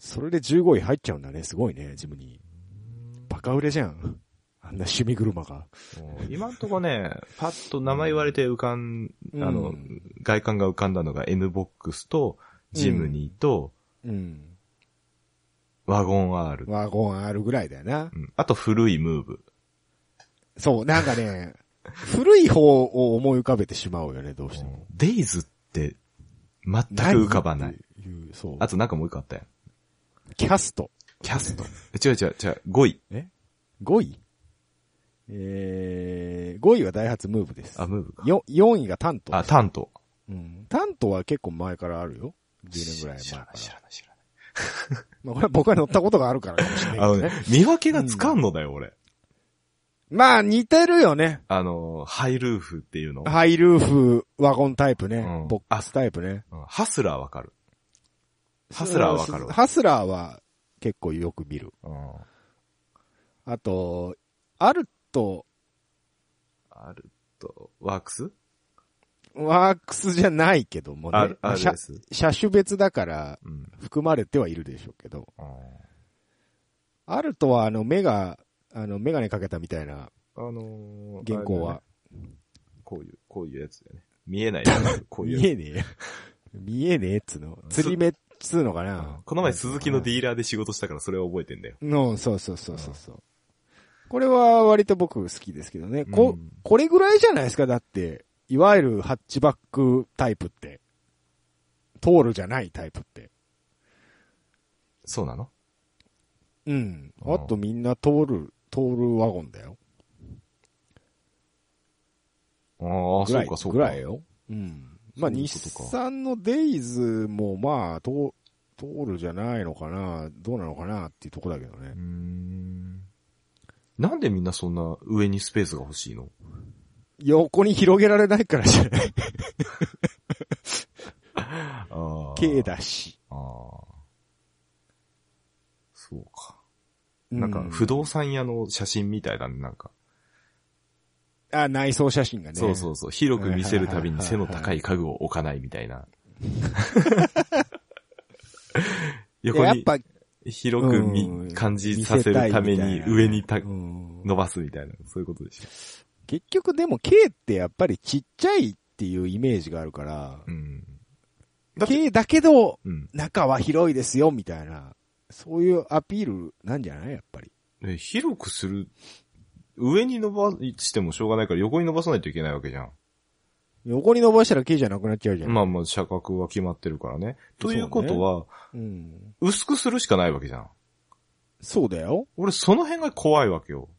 S1: それで15位入っちゃうんだね。すごいね、ジムニー。バカ売れじゃん。あんな趣味車が。
S2: 今んと こね、パッと名前言われて浮かん、
S1: うん
S2: あの、外観が浮かんだのが NBOX と、ジムニーと、
S1: うん。
S2: ワゴン R。
S1: ワゴン R ぐらいだよな
S2: う。んあと古いムーブ。
S1: そう、なんかね、 古い方を思い浮かべてしまうよね、どうしても。
S2: デイズって、全く浮かばな
S1: っ
S2: い。
S1: ていう。そう。
S2: あとなんかもう一個あったやん。
S1: キャスト。
S2: キャスト。違う違う違う、5位。
S1: え ?5 位えー、5位はダイハツムーブです。
S2: あ、ムーブか。
S1: よ4位がタント。
S2: あ、タント。
S1: うん。タントは結構前からあるよ。10年ぐらい前
S2: 知
S1: からら
S2: な。い知らない知らない。
S1: まあ、これは僕が乗ったことがあるからかもしれないけ
S2: あの
S1: ど
S2: ね
S1: ね。、
S2: 見分けがつかんのだよ、俺。
S1: まあ、似てるよね。
S2: あの、ハイルーフっていうの。
S1: ハイルーフ、ワゴンタイプね。
S2: うん
S1: ボックスタイプね。
S2: うんハスラーわかる。ハスラーはわかるわ
S1: ハスラーは結構よく見る。あと、アルト、
S2: あると、ワークス
S1: ワークスじゃないけどもね。
S2: R-
S1: まあ車
S2: ?RS?
S1: 車種別だから
S2: うん。
S1: 含まれてはいるでしょうけど。アルトはあの目が、あのメガネかけたみたいな
S2: あのー
S1: 原稿は。。
S2: こういう、こういうやつだよね。見えない。 こういう
S1: 見
S2: や
S1: え
S2: つ。
S1: ねえよ。見えねえっつうの。釣り目っつうのかな。
S2: この前鈴木のディーラーで仕事したからそれを覚えてんだよ。
S1: の、そうそうそうそうそう。これは割と僕好きですけどね。こ、
S2: うん
S1: これぐらいじゃないですかだって、いわゆるハッチバックタイプって。トールじゃないタイプって。
S2: そうなの
S1: うん。
S2: うん
S1: あとみんなトール、トールワゴンだよ。
S2: ああ、
S1: ぐ
S2: そ
S1: ら
S2: う
S1: い
S2: かそうか。
S1: ぐらいよ。うん。まあ、
S2: そういう
S1: 日
S2: ことか
S1: 産のデイズもまあ、トトールじゃないのかな、どうなのかなっていうとこだけどね
S2: うー。んなんでみんなそんな上にスペースが欲しいの
S1: 横に広げられないからじゃない。
S2: ああ
S1: K。だし。
S2: ああ。そうか。なんか、不
S1: 動
S2: 動産屋の写真みたいだね、なんか。
S1: あ、内装写真がね。
S2: そうそうそう。広く見せるたびに背の高い家具を置かないみた いな。
S1: いや
S2: 横
S1: やっ
S2: に
S1: ぱ、
S2: 広くみ
S1: うん
S2: 感じさせるために上にた
S1: うん
S2: 伸ばすみたいな、そういうことでしょ。
S1: 結局でも K ってやっぱりちっちゃいっていうイメージがあるから、
S2: うん。だって
S1: K だけど、
S2: うん。
S1: 中は広いですよ、みたいな。そういうアピールなんじゃないやっぱり。
S2: え広くする、上に伸ばしてもしょうがないから横に伸ばさないといけないわけじゃん。
S1: 横に伸ばしたら K じゃなくなっちゃうじゃん。
S2: まあまあ、車格は決まってるからね。ということは、
S1: うん。
S2: 薄くするしかないわけじゃん。
S1: そうだよ。
S2: 俺、その辺が怖いわけよ。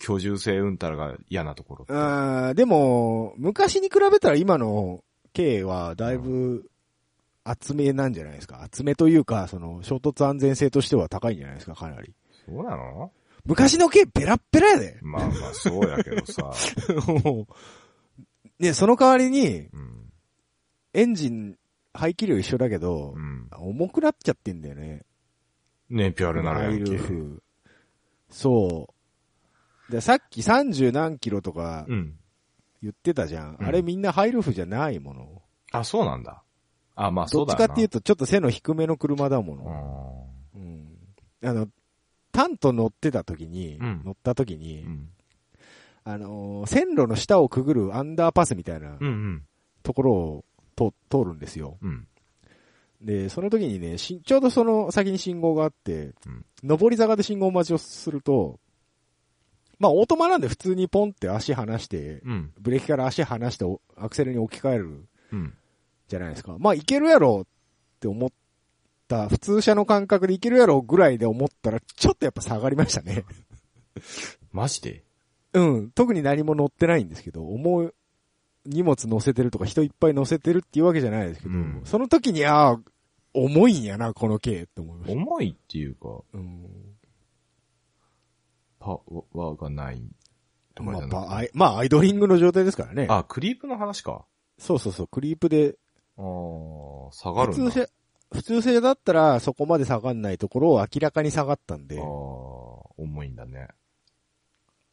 S2: 居住性うんたらが嫌なところって。
S1: あーでも、昔に比べたら今の K はだいぶ厚めなんじゃないですか。厚めというか、その衝突安全性としては高いんじゃないですか、かなり。
S2: そうなの
S1: 昔の K ペラッペラや で。
S2: まあまあ、そうやけ どさ。
S1: もうね、その代わりに、
S2: うん。
S1: エンジン、排気量一緒だけど、
S2: うん。
S1: 重くなっちゃってんだよね。
S2: 燃費あるなら
S1: ハ
S2: や
S1: イ
S2: ん
S1: ル
S2: け。
S1: フ。そう。で、さっき30何キロとか
S2: うん。
S1: 言ってたじゃん。
S2: うん
S1: あれみんなハイルーフじゃないもの。
S2: あ、そうなんだ。あ、まあ、
S1: ど
S2: そう
S1: っ
S2: だ
S1: ち
S2: な
S1: かっていうと、ちょっと背の低めの車だも
S2: う
S1: の。う
S2: ん。
S1: ん。あの、タンと乗ってた時に、
S2: うん
S1: 乗った時に、
S2: うん。
S1: あのー線路の下をくぐるアンダーパスみたいな
S2: うんうん。
S1: ところをと通るんですよ。
S2: うん。
S1: で、その時にね、しちょうどその先に信号があって、
S2: うん
S1: 上り坂で信号待ちをすると、まあ、オートマなんで普通にポンって足離して、
S2: うん。
S1: ブレーキから足離しておアクセルに置き換える
S2: うん。
S1: じゃないですか。まあ、いけるやろって思った、普通車の感覚でいけるやろぐらいで思ったら、ちょっとやっぱ下がりましたね。
S2: マジで
S1: うん、特に何も乗ってないんですけど、思う、荷物乗せてるとか人いっぱい乗せてるっていうわけじゃないですけど、
S2: うん
S1: その時に、ああ、重いんやな、この軽って思いました。
S2: 重いっていうか、
S1: うん
S2: パワーがないとか
S1: ま
S2: じゃ
S1: あ
S2: な
S1: ば、アイまあ、アイドリングの状態ですからね
S2: い。。あ、クリープの話か。
S1: そうそうそう、クリープで、
S2: ああ、下が
S1: 普
S2: るん
S1: 通車、
S2: だ。
S1: 普通車だったらそこまで下がんないところを明らかに下がったん
S2: あ
S1: で
S2: あ、、重いんだね。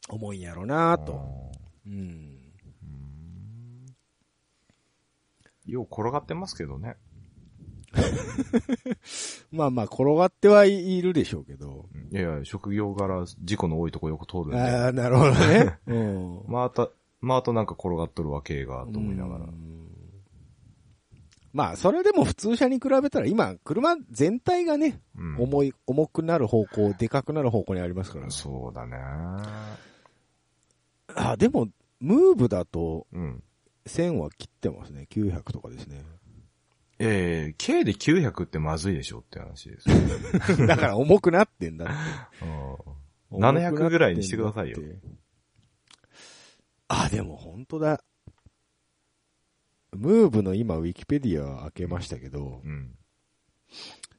S1: 重いんやろな
S2: ー
S1: と。うん。
S2: うーんよう転がってますけどね。
S1: まあまあ、転がってはいるでしょうけど。
S2: いやいや、職業柄事故の多いとこよく通るんで。
S1: ああ、なるほど ね。うん。
S2: また、またなんか転がっとるわけが、と思いながら
S1: う。んまあ、それでも普通車に比べたら今、車全体がね、
S2: うん
S1: 重い、重くなる方向、でかくなる方向にありますから。
S2: そうだね。
S1: あ、でも、ムーブだと、
S2: うん。
S1: 1000は切ってますね。900とかですね。
S2: ええ K で900ってまずいでしょって話です。
S1: だから重くなってんだって。
S2: うん700ぐらいにしてくださいよ
S1: 重くなってんだって。あ、でも本当だ。ムーブの今、ウィキペディア開けましたけど、
S2: うん。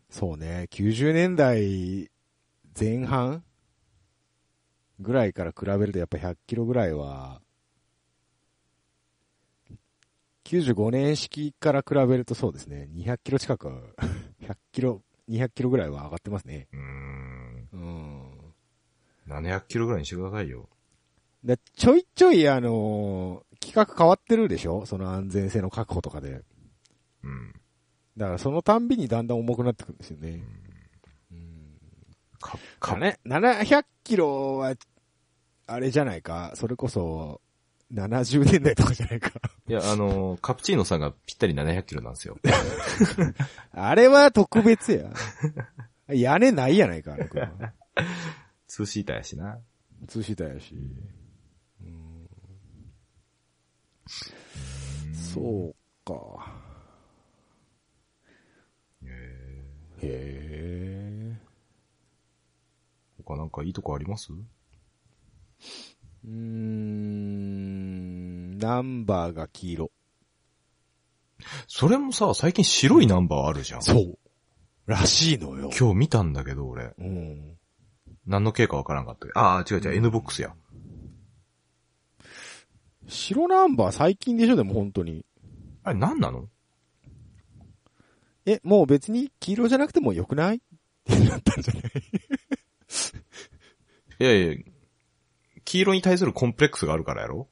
S1: そうね、90年代前半ぐらいから比べるとやっぱ100キロぐらいは、95年式から比べるとそうですね、200キロ近くは、100キロ、200キロぐらいは上がってますね。
S2: うーん。
S1: うん。
S2: 700キロぐらいにしてくださいよ。
S1: で、ちょいちょいあのー企画変わってるでしょその安全性の確保とかで。
S2: うん。
S1: だからそのたんびにだんだん重くなってくるんですよね。うん。
S2: か、
S1: か
S2: か、
S1: ね、700キロは、あれじゃないか。それこそ、70年代とかじゃないか。
S2: いや、あのー、カプチーノさんがぴったり700キロなんですよ。
S1: あれは特別や。屋根ないやないか、あの車。
S2: ツーシーターやしな。
S1: 通信帯やし。うんそうか。へえ。
S2: 他なんかいいとこあります
S1: うーん、ナンバーが黄色。
S2: それもさ、最近白いナンバーあるじゃん。
S1: そう。らしいのよ。
S2: 今日見たんだけど、俺。
S1: うん。
S2: 何の系かわからんかったけど。ああ、違う違う、N ボックスや。
S1: 白ナンバー最近でしょ、でも本当に。
S2: あれ、何なの
S1: え、もう別に黄色じゃなくてもよくないってなったんじゃない
S2: いやいや、黄色に対するコンプレックスがあるからやろ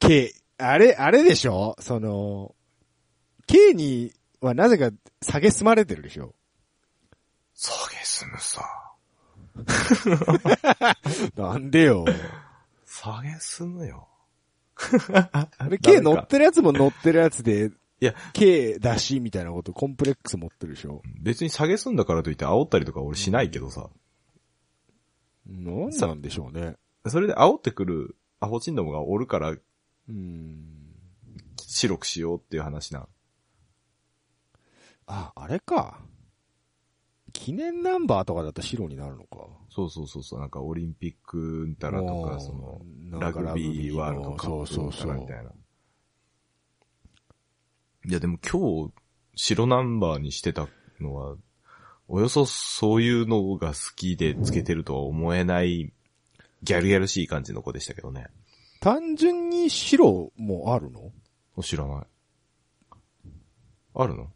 S1: ?K。あれ、あれでしょその、K にはなぜか下げすまれてるでしょ
S2: 下げすむさ。
S1: なんで よ。
S2: 下げすむよ。
S1: あれ
S2: ダメ
S1: K
S2: か
S1: 乗ってるやつも乗ってるやつで、
S2: いや、
S1: K だし、みたいなこと、コンプレックス持ってるでしょ
S2: 別に下げすんだからといって煽ったりとか俺しないけどさ。
S1: なんなんでしょうね。
S2: それで煽ってくるアホチンどもがおるから
S1: うん。
S2: 白くしようっていう話な。
S1: あ、あれか。記念ナンバーとかだと白になるのか。
S2: そうそうそうそう、なんかオリンピックんたらと
S1: おー
S2: か、その、
S1: な
S2: ラ
S1: んか
S2: グビーワールドカ
S1: そ
S2: ッ
S1: うそう
S2: プ
S1: そ
S2: からみ
S1: う
S2: たい。な。いやでも今日、白ナンバーにしてたのは、およそそういうのが好きでつけてるとは思えない、ギャルギャルしい感じの子でしたけどね。
S1: 単純に白もあるの
S2: 知らない。あるの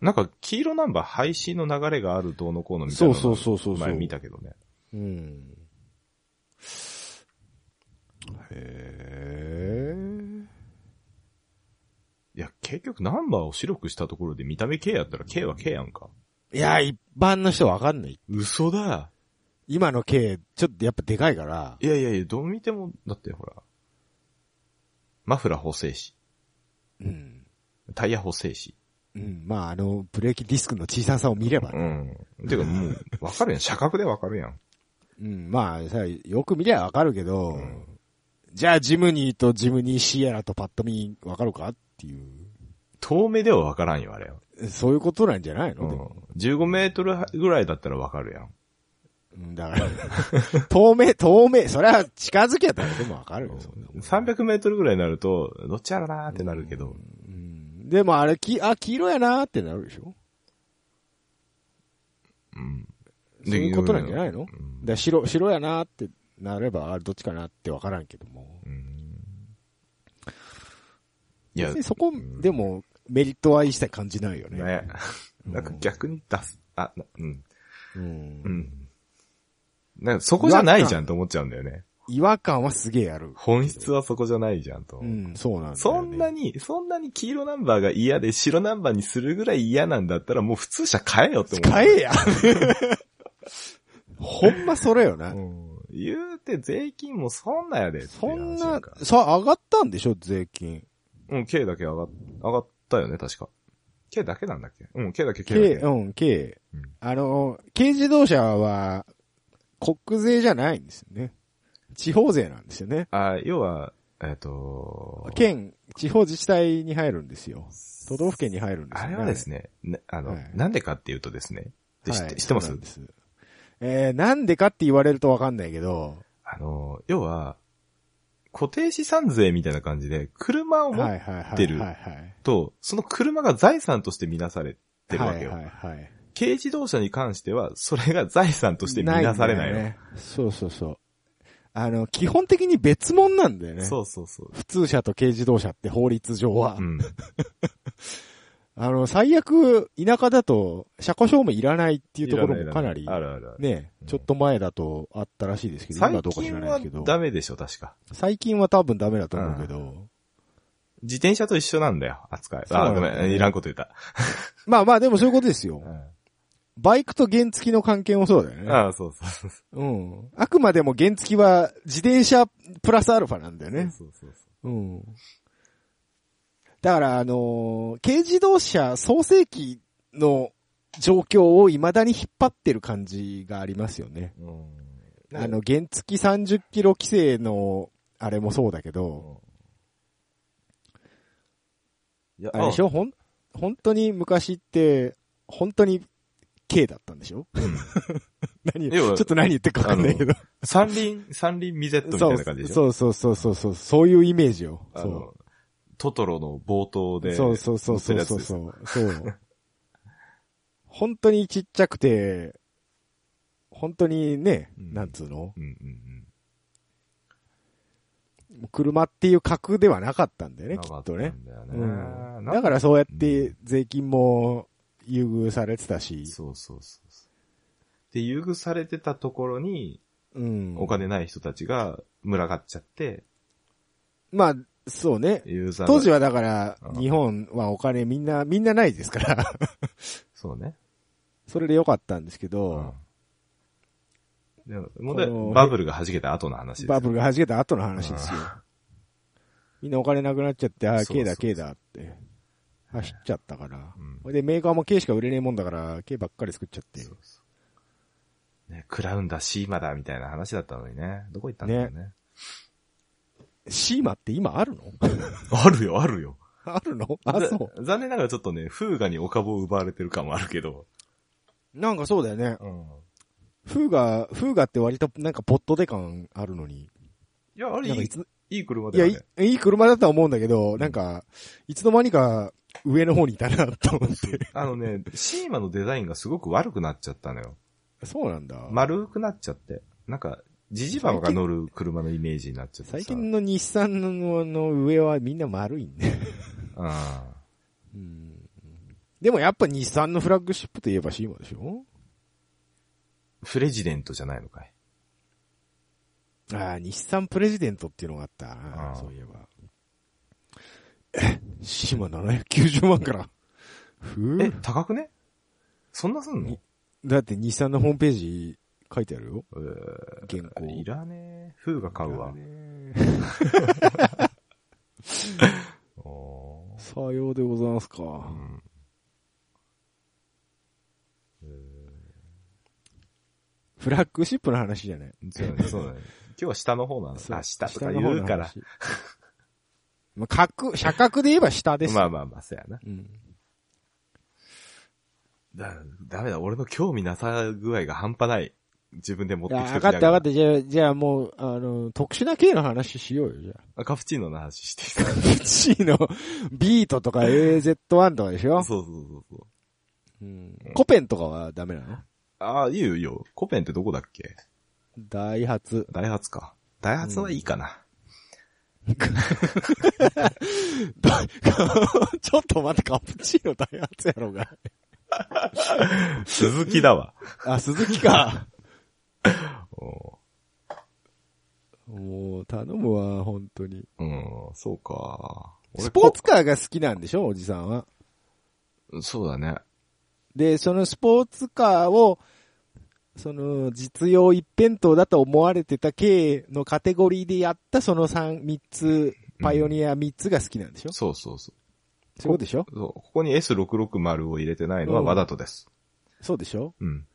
S2: なんか、黄色ナンバー配信の流れがあるどうのこうのみたいなの。
S1: そうそうそうそうそう
S2: 前見たけどね。
S1: うん。へー
S2: いや、結局ナンバーを白くしたところで見た目 K やったら K は K やんか。
S1: いや、一般の人わかんない。
S2: 嘘だ。
S1: 今の K、ちょっとやっぱでかいから。
S2: いやいやいや、どう見ても、だってほら、マフラー補正し、
S1: うん。
S2: タイヤ補正し。
S1: うん。まあ、あの、ブレーキディスクの小ささを見れば
S2: う
S1: ね。
S2: ん。てかもう、わかる やん。車格でわかるやん。
S1: うん。まあ、さ、よく見りゃわかるけど、
S2: ん
S1: じゃあジムニーとジムニーシエラとパッと見わかるかっていう。
S2: 遠目ではわからんよ、あれは。
S1: そういうことなんじゃないうの、で
S2: ん
S1: も。
S2: 15メートルぐらいだったらわかるやん。
S1: うんだから、透明、透明、それは近づきやったらでもわかるよ、そんなもん
S2: 300メートルぐらいになると、どっちやろなーってなるけど、
S1: うんでもあれ、き、あ、黄色やなーってなるでしょ
S2: うん。
S1: そういうことなんじゃないの
S2: うん
S1: で白、白やなーってなれば、あれどっちかなってわからんけども。
S2: うんい
S1: い
S2: や、
S1: そこ、
S2: ん
S1: でも、メリットは一切感じないよね。
S2: ね、なんか逆に出す、あ、なうん、
S1: うん
S2: うん。なんかそこじゃないじゃんと思っちゃうんだよね。
S1: 違和感はすげえある。
S2: 本質はそこじゃないじゃんと。
S1: うん、そうなんだ、ね。
S2: そんなに、そんなに黄色ナンバーが嫌で白ナンバーにするぐらい嫌なんだったらもう普通車買えよって思う。
S1: 買えや ほんまそれよな。
S2: うん言うて税金もそんなやでっていう
S1: そん
S2: 話
S1: な
S2: やから。、
S1: さ、上がったんでしょ、税金。
S2: うん、K だけ上がっ、上がったよね、確か。K だけなんだっけうん、K だけ、K
S1: K、
S2: だけ。
S1: うん、K
S2: うん。
S1: あの、軽自動車は、国税じゃないんですよね。地方税なんですよね。
S2: あ、要は、えっ、と、
S1: 県、地方自治体に入るんですよ。都道府県に入るんです
S2: あ
S1: よね。
S2: れはです
S1: ね、
S2: ね、なあの、
S1: はい
S2: なんでかっていうとですね、で知って知ってます
S1: そうなんですえー、なんでかって言われるとわかんないけど、
S2: あの、要は、固定資産税みたいな感じで、車を持
S1: は
S2: っ
S1: いはいはい。
S2: てる
S1: はいはい。
S2: と、その車が財産としてみなされてるわけよ。
S1: はいはいはい。
S2: 軽自動車に関しては、それが財産としてみなされな
S1: ん
S2: いよ。
S1: だよね。そうそうそう。あの、基本的に別物なんだよね。
S2: そうそうそう。
S1: 普通車と軽自動車って法律上は。
S2: うん。
S1: あの、最悪、田舎だと、車庫証明いらないっていうところ
S2: ら
S1: も
S2: ら
S1: かなり、
S2: あるあるある。
S1: ね
S2: う、ん
S1: ちょっと前だとあったらしいですけど、今は
S2: 最
S1: どうか知らない
S2: 近
S1: で
S2: は
S1: すけど、
S2: ダメでしょ、確か。
S1: 最近は多分ダメだと思うけど、
S2: 自転車と一緒なんだよ、扱い。
S1: そうな
S2: あ、
S1: んだ
S2: ご
S1: よね
S2: めん、いらんこと言った。
S1: まあまあでもそういうことですよ。バイクと原付きの関係もそうだよね。
S2: ああ、そうそうそうそ
S1: うん。あくまでも原付きは自転車プラスアルファなんだよ
S2: う。
S1: ね。
S2: そうそうそう。
S1: うん。だから、あのー軽自動車創世期の状況を未だに引っ張ってる感じがありますよね。
S2: うん
S1: あの、、原付30キロ規制の、あれもそうだけど、
S2: いや
S1: あれでしょほん、本当に昔って、本当に、軽だったんでしょ 何、ち
S2: 要
S1: ょ
S2: は
S1: っと何言ってるかわかんないけど。
S2: 三輪、三輪ミゼットみたいな感じでしょ
S1: そうそうそうそうそう、そういうイメージよ。
S2: あ
S1: そう
S2: の、トトロの冒頭で。
S1: そうそうそうそうそう
S2: う。
S1: そう。そう。本当にちっちゃくて、本当にね、
S2: うん
S1: なんつうの
S2: うんうん
S1: 車っていう格ではなかったんだよ
S2: うん。
S1: ね、きっとね。
S2: なかったんだ
S1: う
S2: よね。
S1: ん。
S2: な
S1: だからそうやって税金も優遇されてたし、
S2: そうそうそうそう。で、優遇されてたところに、
S1: うん。
S2: お金ない人たちが群がっちゃって、
S1: まあ、そうね。
S2: ユーザーが
S1: 当時はだから
S2: う、ん
S1: 日本はお金みんな、みんなないですから、
S2: そうね。
S1: それでよかったんですけど、
S2: でも問題
S1: この
S2: バブルが弾けた後の話ですよ。
S1: バブルが弾けた後の話ですよ。みんなお金なくなっちゃって、ああ、
S2: そうそう
S1: K
S2: そ
S1: だ、
S2: う
S1: K だって。走っちゃったから。
S2: うん
S1: ほいで、メーカーも K しか売れねえもんだから、K ばっかり作っちゃって。
S2: そうそうね、クラウンだ、シーマだ、みたいな話だったのにね。どこ行ったんだろうね。
S1: シーマって今あるの
S2: あるよ、あるよ。
S1: あるのあ、
S2: ざ
S1: そう。
S2: 残念ながらちょっとね、風雅にお株を奪われてる感もあるけど。
S1: なんかそうだよね。
S2: うん。
S1: フーガ、フーガって割となんかポットで感あるのに。
S2: いや、あれ、い
S1: なんかい
S2: い
S1: つ、
S2: いい車
S1: い
S2: だ
S1: や、
S2: よ
S1: い
S2: ね。
S1: いいい車だとは思うんだけど、なんか、いつの間にか上の方にいたなと思って。
S2: あのね、シーマのデザインがすごく悪くなっちゃったのよ。
S1: そうなんだ。
S2: 丸くなっちゃって。なんか、ジジババが乗る車のイメージになっちゃってさ。
S1: 最近の日産のの上はみんな丸いんだよ
S2: うん。
S1: うんでもやっぱ日産のフラッグシップといえばシーマでしょ
S2: フレジデントじゃないのかい。
S1: ああ、日産プレジデントっていうのがあったな
S2: ああ
S1: そういえば。え、 シーマ790万から。ふ
S2: え
S1: う、
S2: 高くねそんなすんの
S1: にだって日産のホームページ書いてあるよ。
S2: えー
S1: 原稿。
S2: いらねえ。風が買う
S1: い
S2: わ
S1: ら。ね
S2: おー
S1: さようでございますか。
S2: うん
S1: フラッグシップの話じゃない。
S2: そう だね、そうだね。今日は下の方なの。あ、下とか
S1: の方の
S2: 言うから。
S1: 話。まあ、格、社格で言えば下です。
S2: まあまあまあ、そうやな。
S1: うん。
S2: だ、ダメだ、俺の興味なさ具合が半端ない。自分で持っ
S1: い
S2: てき
S1: や、
S2: て
S1: 分かった分かった。じゃあ、じゃあもう、あの、特殊な系の話しようよ、じゃあ。
S2: た。カプチーノの話してきた。そう
S1: プチーのビートとか AZ1 とかでしょ、
S2: そうそうそう。
S1: うん、コペンとかはダメなの
S2: ああ、いいよいいよ。コペンってどこだっけ
S1: ダイハツ。
S2: ダイハツか。ダイハツはいいかな。
S1: ちょっと待って、カプチーノダイハツやろうが。
S2: 鈴木だわ。
S1: あ、鈴木か。
S2: おー
S1: もう、頼むわ、本当に。
S2: うん、そうか。俺
S1: スポーツカーが好きなんでしょ、おじさんは。
S2: こそうだね。
S1: で、そのスポーツカーを、その、実用一辺倒だと思われてた系のカテゴリーでやったその三、三つ、パイオニア三つが好きなんでしょ、
S2: そうそうそう。
S1: そうでしょ
S2: そう、ここに S660 を入れてないのは
S1: うん
S2: わざとです。
S1: そうでしょ
S2: うん。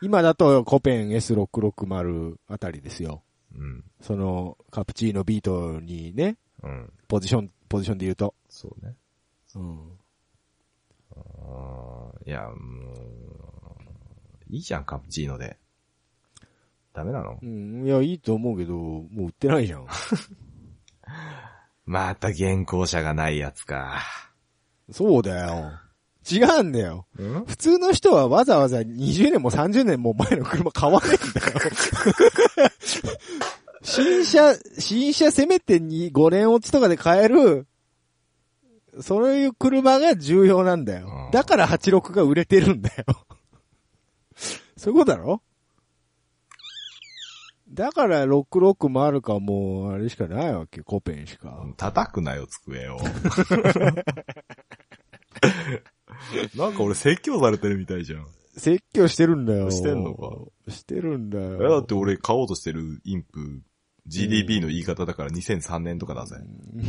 S1: 今だとコペン S660 あたりですよ。
S2: うん。
S1: その、カプチーノビートにね、
S2: うん。
S1: ポジション、ポジションで言うと。
S2: そうね。
S1: うん。
S2: あーいや、もう、いいじゃん、カプチーノで。ダメなの
S1: うん、いや、いいと思うけど、もう売ってないじゃん。
S2: また現行者がないやつか。
S1: そうだよ。違うんだよ。
S2: うん
S1: 普通の人はわざわざ20年も30年も前の車買わないんだよ。新車、新車せめてに5年落ちとかで買える、そういう車が重要なんだ
S2: う
S1: よ
S2: ん。
S1: だから86が売れてるんだよ。そういうことだろだから66もあるかもう、あれしかないわけよ、コペンしか。
S2: 叩くなよ、机を。なんか俺説教されてるみたいじゃん。
S1: 説教してるんだよ。
S2: してんのか
S1: してるんだ
S2: えだ
S1: よ
S2: っ。て俺買おうとしてるインプ、GDB の言い方だから2003年とかだぜ。 え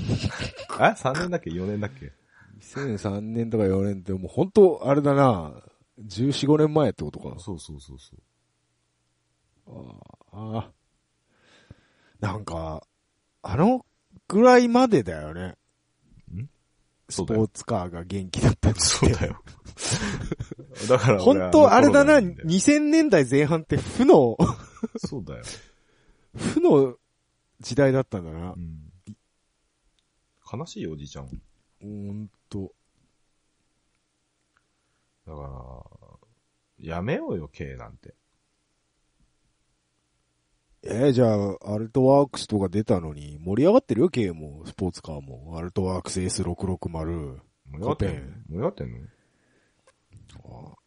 S2: ?3 年だっけ ?4 年だっけ
S1: 2003年とか4年ってもう本当あれだな、14、5年前ってことか。
S2: そうそうそうそう。
S1: ああ。なんか、あのぐらいまでだよね。
S2: そ
S1: ス
S2: う
S1: ポ
S2: だよ
S1: ーツカーが元気だったのって
S2: そうだよ。だから俺
S1: 本当あれだな、
S2: の頃なんよ
S1: 2000年代前半って負の、
S2: そうだよ。
S1: 負の時代だったんだな
S2: う。ん悲しいよおじいちゃん。だか
S1: ほんと。
S2: ら、やめようよ、K なんて。
S1: えーじゃあ、アルトワークスとか出たのに、盛り上がってるよ、K も、スポーツカーも。アルトワークス S660。
S2: もうやってんの
S1: コペン
S2: もうやってんの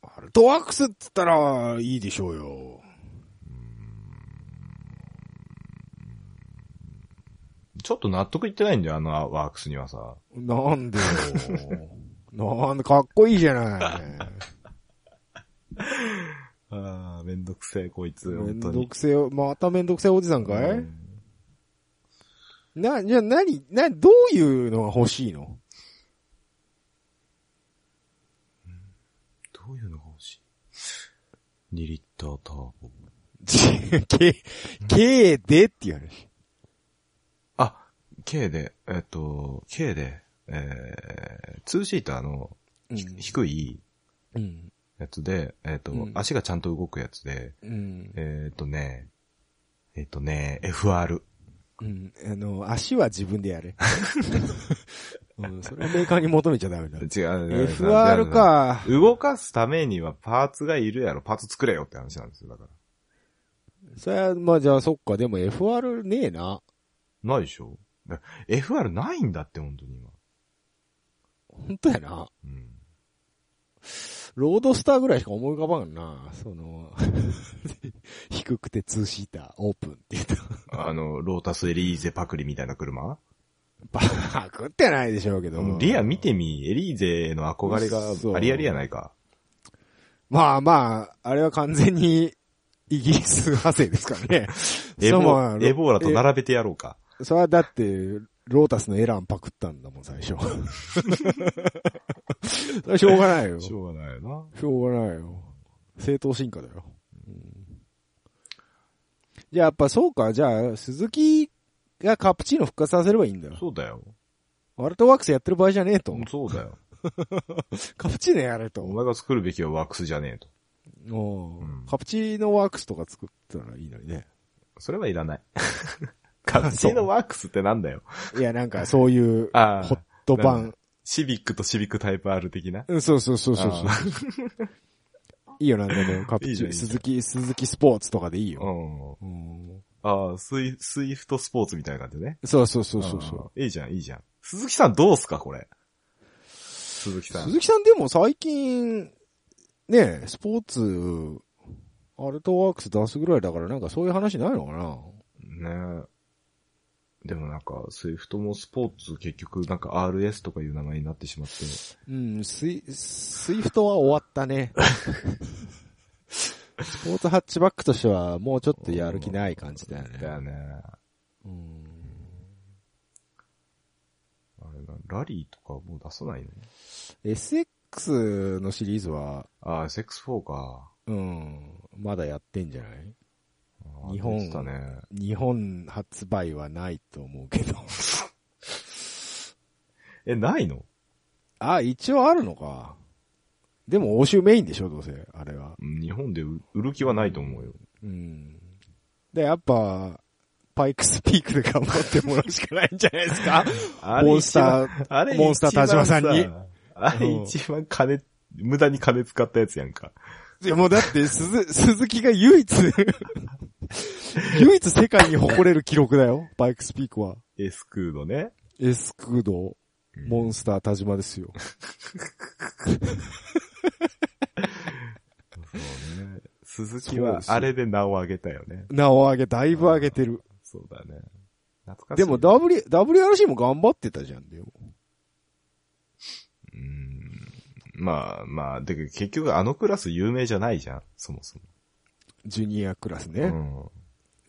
S1: あアルトワークスっつったら、いいでしょうよ。
S2: ちょっと納得いってないんだよ、あのワークスにはさ。
S1: なん でよ。なんで、かっこいいじゃない。
S2: ああ、めんどくせえ、こいつ、
S1: めん
S2: 本当
S1: ど
S2: に。
S1: くせえ、まためんどくせえおじさんか
S2: う
S1: い
S2: ん
S1: な、じゃあ何、な、どういうのが欲しいの
S2: どういうのが欲しい ?2 リッターターボ。
S1: ?K、K でっていう話。
S2: あ、K で、えっと、K で、えー、2シーターの低い
S1: うん。
S2: やつで、えっと、
S1: うん
S2: 足がちゃんと動くやつで、
S1: うん。
S2: えっとね、えっとね、FR。
S1: うん。あの、足は自分でやれ。 うん、それはメーカーに求めちゃダメだ
S2: 違。う。
S1: FR。か。
S2: 動かすためにはパーツがいるやろ、パーツ作れよって話なんですよ、だから。
S1: それは、まあじゃあそっか、でも FR ねえな。
S2: ないでしょだ ?FR ないんだって、本当に今。
S1: 本当やな。
S2: うん。
S1: ロードスターぐらいしか思い浮かばんな。その、 低くてツーシーター、オープンって言った。
S2: あの、ロータスエリーゼパクリみたいな車
S1: バクってないでしょうけど。
S2: リア見てみ、エリーゼの憧れ
S1: そう
S2: がありありやないか。
S1: まあまあ、あれは完全に、イギリス派生ですからね。
S2: エ
S1: そう
S2: ボ
S1: まあ
S2: エボーラと並べてやろうか。
S1: えそれはだって、ロータスのエランパクったんだもん、最 初。それはしょうがないよ。しょ
S2: ょうがないよな。
S1: うがないよ。正当進化だよ。うんじゃあやっぱそうか、じゃあ、鈴木がカプチーノ復活させればいいんだよ。
S2: そうだよ。
S1: ワルトワークスやってる場合じゃねえと。
S2: そうだよ。
S1: カプチーノやれ
S2: お
S1: と。
S2: 前が作るべきはワークスじゃねえと。
S1: おう
S2: うん
S1: カプチーノワークスとか作ったらいいのにね。
S2: それはいら ない。カプチーノワークスってなんだよ。
S1: いや、なんかそういう、ホ
S2: あ
S1: ッ
S2: あ、
S1: トパン。
S2: シビックとシビックタイプ R 的な。
S1: うん、そうそうそうそうそう
S2: あ。
S1: いいよ、なんでも、カプ
S2: い
S1: チ
S2: いじゃん
S1: ー、
S2: いいじゃん
S1: 鈴木、鈴木スポーツとかでいいよ。
S2: うん。
S1: うん
S2: ああ、スイ、スイフトスポーツみたいな感じでね。
S1: そうそうそうそうそう。
S2: うん。いいじゃん、いいじゃん。鈴木さんどうすか、これ。鈴木さん。
S1: 鈴木さんでも最近、ねえ、スポーツ、アルトワークス出すぐらいだからなんかそういう話ないのかな
S2: ねえ。でもなんか、スイフトもスポーツ結局なんか RS とかいう名前になってしまって、
S1: うん、スイ、スイフトは終わったね。スポーツハッチバックとしては、もうちょっとやる気ない感じだよ
S2: だ
S1: ね。
S2: よね。
S1: うん
S2: あれな、ラリーとかもう出さないの
S1: SX のシリーズは、
S2: ああ、SX4 か。
S1: うん、まだやってんじゃない
S2: あー
S1: 日本
S2: 出てたね。
S1: 日本発売はないと思うけど。
S2: え、ないの
S1: あ、一応あるのか。でも欧州メインでしょ、どうせ、あれは。
S2: うん日本で売売る気はないと思うよ。
S1: うん。で、やっぱ、パイクスピークで頑張ってもらうしかないんじゃないですか
S2: あれ
S1: モンスター、
S2: ー、あれ
S1: モンスター田島さんに
S2: 一番さ。あれ一番金、無駄に金使ったやつやんか。
S1: いやもうだって、鈴、鈴木が唯一、 唯一世界に誇れる記録だよ、バイクスピークは。
S2: エスクードね。
S1: エスクード、モンスター田島ですよ。
S2: そうね。鈴木はあれで名を上げたよね。
S1: 名を上げ、だいぶ上げてる。
S2: そうだね。懐かしい。
S1: でも W、WRC も頑張ってたじゃん、でも。
S2: うん。まあまあ、で、結局あのクラス有名じゃないじゃん、そもそも。
S1: ジュニアクラスね。
S2: う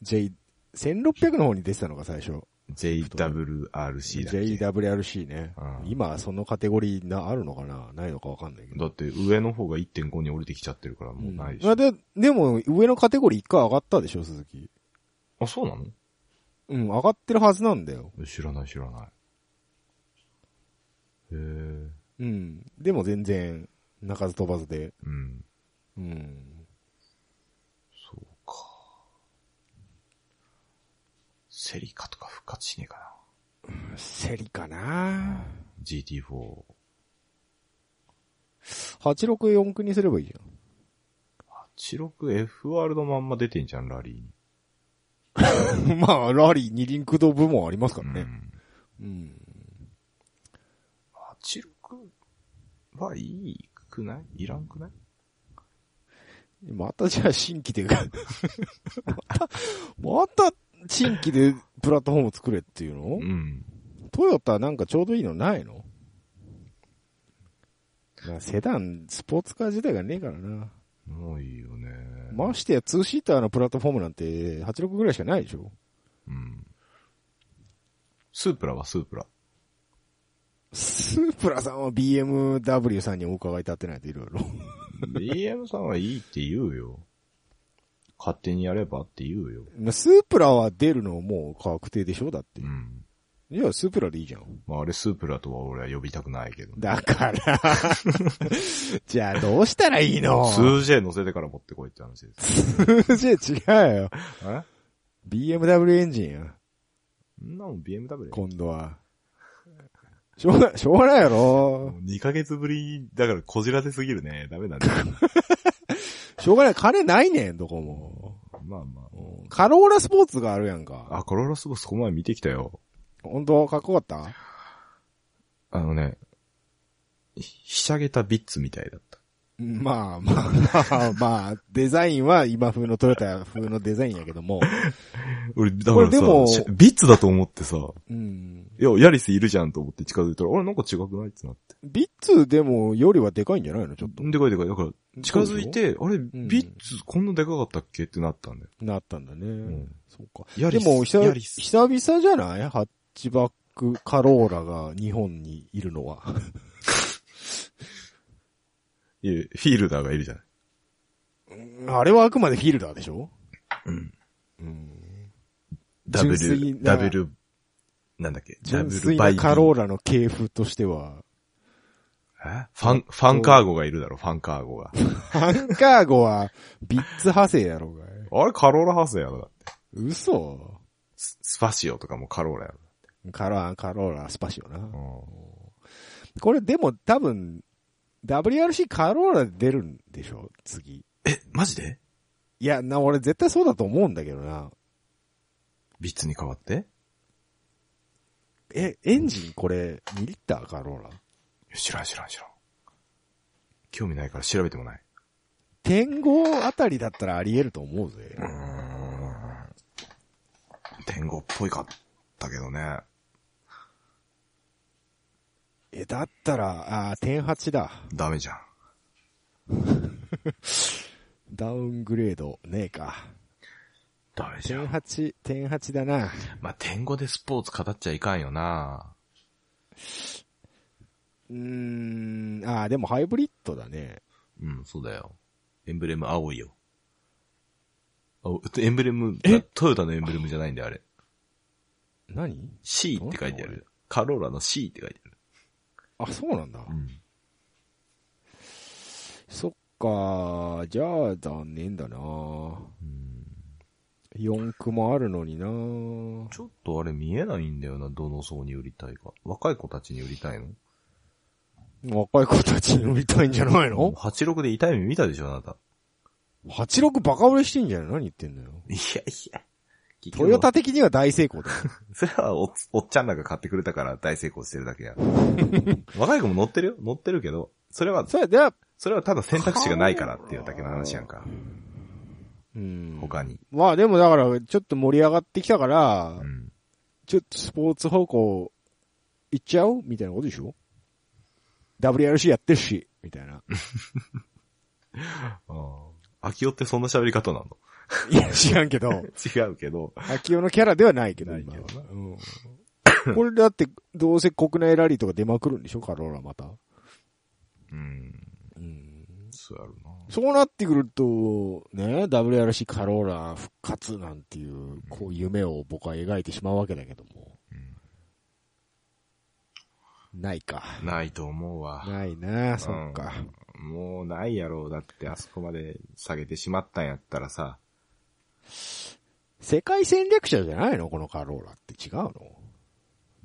S1: J、1600の方に出てたのが最初。
S2: ん。JWRC だっけ
S1: JWRC ね。
S2: うん
S1: 今、そのカテゴリーな、あるのかなないのかわかんないけど。
S2: だって上の方が1.5に降りてきちゃってるからもうないし。
S1: うんまあで、でも、上のカテゴリー一回上がったでしょ、鈴木。
S2: あ、そうなの
S1: うん、上がってるはずなんだよ。
S2: 知らない知らない。へえ。
S1: うん。でも全然、泣かず飛ばずで。
S2: うん。
S1: うん。
S2: そうか。セリカとか復活しねえかな。
S1: セリかな
S2: GT4。
S1: 864区にすればいいじゃん。
S2: 86FR のまんま出てんじゃん、ラリーに。
S1: まあ、ラリー二輪駆動部門ありますから
S2: う
S1: ね。
S2: ん。
S1: うん。
S2: 86はいいくないいらんくない
S1: またじゃあ新規で、 また、また新規でプラットフォーム作れっていうの
S2: うん。
S1: トヨタなんかちょうどいいのないのまあセダン、スポーツカー自体がねえからな。
S2: ないよね。
S1: ましてや2シーターのプラットフォームなんて86ぐらいしかないでしょ
S2: うん。スープラはスープラ。
S1: スープラさんは BMW さんにお伺い立てないといろいろ。
S2: BM さんはいいって言うよ。 勝手にやればって言うよ。
S1: まあスープラは出るのもう確定でしょだって
S2: う。ん。
S1: いや、スープラでいいじゃん。
S2: まああれスープラとは俺は呼びたくないけど。
S1: だから、 じゃあどうしたらいいの
S2: 数字へ乗せてから持ってこいって話です。
S1: 数字違うよ。
S2: え
S1: BMW エンジンや。
S2: んなもん BMW?
S1: 今度は。しょうが、しょうがないやろ。
S2: 2ヶ月ぶり、だからこじらせすぎるね。ダメなんだよ。
S1: しょうがない。金ないねん、どこも。
S2: まあま
S1: カローラスポーツがあるやんか。
S2: あ。あ、コロラスボスこの前見てきたよ。
S1: 本当かっこよかった
S2: あのね、ひひしゃげたビッツみたいだった。
S1: まあまあまあまあ、デザインは今風のトヨタ風のデザインやけども。
S2: 俺、だ
S1: こ
S2: か
S1: れ
S2: ら
S1: で
S2: さ
S1: も、
S2: しビッツだと思ってさ、
S1: うん。
S2: いや、ヤリスいるじゃんと思って近づいたら、あれなんか違くないってなって。
S1: ビッツでもよりはでかいんじゃないのちょっと。
S2: でかいでかい。だから、近づいて、あれ、
S1: ん
S2: ビッツこんなでかかったっけってなったんだよ。
S1: なったんだね。
S2: ん
S1: そうか。
S2: ヤ
S1: で
S2: リス。
S1: も久
S2: ヤ
S1: 々、
S2: リス。
S1: 久々じゃないハッチバックカローラが日本にいるのは。
S2: いえフィールダーがいるじゃない。
S1: あれはあくまでフィールダーでしょ
S2: うん。
S1: うん。純粋
S2: W、
S1: な
S2: W、なんだっけ、
S1: 純
S2: W
S1: 粋
S2: バ
S1: な
S2: イ
S1: カローラの系譜としては、
S2: えファン、ファンカーゴがいるだろ、ファンカーゴが。
S1: ハンカーゴはビッツ派生やろうがい。
S2: あれ、カローラハウスやろ、だって。
S1: 嘘
S2: ススパシオとかもカローラや
S1: カローラ、カローラ、スパシオな。
S2: ろ。
S1: これでも多分、WRC カローラで出るんでしょ次。
S2: え、マジで
S1: いや、な、俺絶対そうだと思うんだけどな。
S2: ビッツに変わって
S1: え、エンジンこれ2リッターカローラ
S2: 知らん知らん知らん。興味ないから調べてもない。
S1: 天候あたりだったらあり得ると思うぜ。
S2: うーん。天狗っぽいかったけどね。
S1: え、だったら、あー点8だ。
S2: ダメじゃん。
S1: ダウングレード、ねえか。
S2: ダメじゃ
S1: 点
S2: ん。
S1: 8、点8だな。
S2: まあ、天狗でスポーツ語っちゃいかんよな
S1: うーん、あーでもハイブリッドだね。
S2: うん、そうだよ。エンブレム青いよ。青エンブレム、トヨタのエンブレムじゃないんだよ、あれ。
S1: 何
S2: C って書いてある。カローラの C って書いてある。
S1: あ、そうなんだ。
S2: うん。
S1: そっか、じゃあ残念だな。4区もあるのにな。
S2: ちょっとあれ見えないんだよな、どの層に売りたいか。若い子たちに売りたいの
S1: 若い子たちに売りたいんじゃないの
S2: ?86 で痛い目見たでしょ、あなた。
S1: ?86 バカ売れしてんじゃない何言ってんだよ。
S2: いやいや。
S1: トヨタ的には大成功だよ。
S2: それはおっ、おっちゃんらが買ってくれたから大成功してるだけや。若い子も乗ってるよ乗ってるけど、それは、
S1: それでは、
S2: それはただ選択肢がないからっていうだけの話やんか。
S1: うん。
S2: 他に。
S1: まあでもだから、ちょっと盛り上がってきたから、
S2: うん。
S1: ちょっとスポーツ方向、行っちゃおうみたいなことでしょ ?WRC やってるし、みたいな。
S2: 秋代ってそんな喋り方なの
S1: いや、知らんけど、
S2: 違うけど。
S1: 秋代のキャラではないけど、
S2: ないけどな
S1: 今はうんこれだって、どうせ国内ラリーとか出まくるんでしょカローラまた。
S2: うん。
S1: うん。
S2: そうやるな。
S1: そうなってくると、ね、WRC カローラ復活なんていう、こう夢を僕は描いてしまうわけだけども。ないか。
S2: ないと思うわ。
S1: ないな、そっか。
S2: もうないやろう。だってあそこまで下げてしまったんやったらさ。
S1: 世界戦略者じゃないのこのカローラって違うの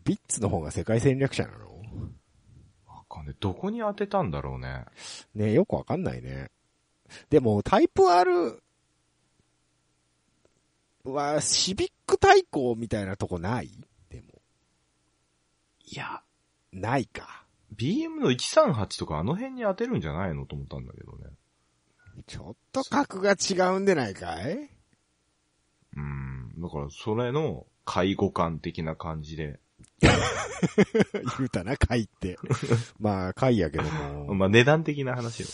S1: ビッツの方が世界戦略者なの
S2: わかんね。どこに当てたんだろうね。
S1: ねよくわかんないね。でも、タイプ R は、シビック対抗みたいなとこないでも、
S2: いや、
S1: ないか。
S2: BM の138とかあの辺に当てるんじゃないのと思ったんだけどね。
S1: ちょっと格が違うんでないか い
S2: うん。だから、それの介護官的な感じで。
S1: 言うたな、貝って。まあ、貝やけども。
S2: まあ、値段的な話よ。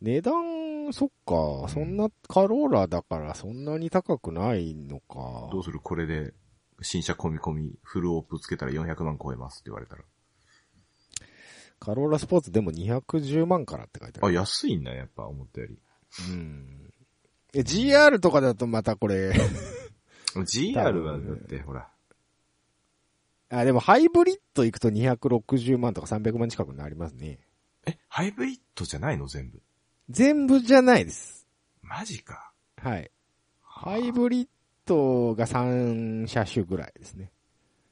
S1: 値段、そっか。そんな、カローラだからそんなに高くないのか。
S2: どうするこれで、新車込み込み、フルオープンつけたら400万超えますって言われたら。
S1: カローラスポーツでも210万からって書いてあ
S2: あ、
S1: る。
S2: 安いんだ、やっぱ、思ったより。
S1: うん。え GR とかだとまたこれ、
S2: GR は、だって、ほら。
S1: あ、でもハイブリッド行くと260万とか300万近くになりますね。
S2: え、ハイブリッドじゃないの全部。
S1: 全部じゃないです。
S2: マジか。
S1: はい。
S2: は
S1: ハイブリッドが3車種ぐらいですね。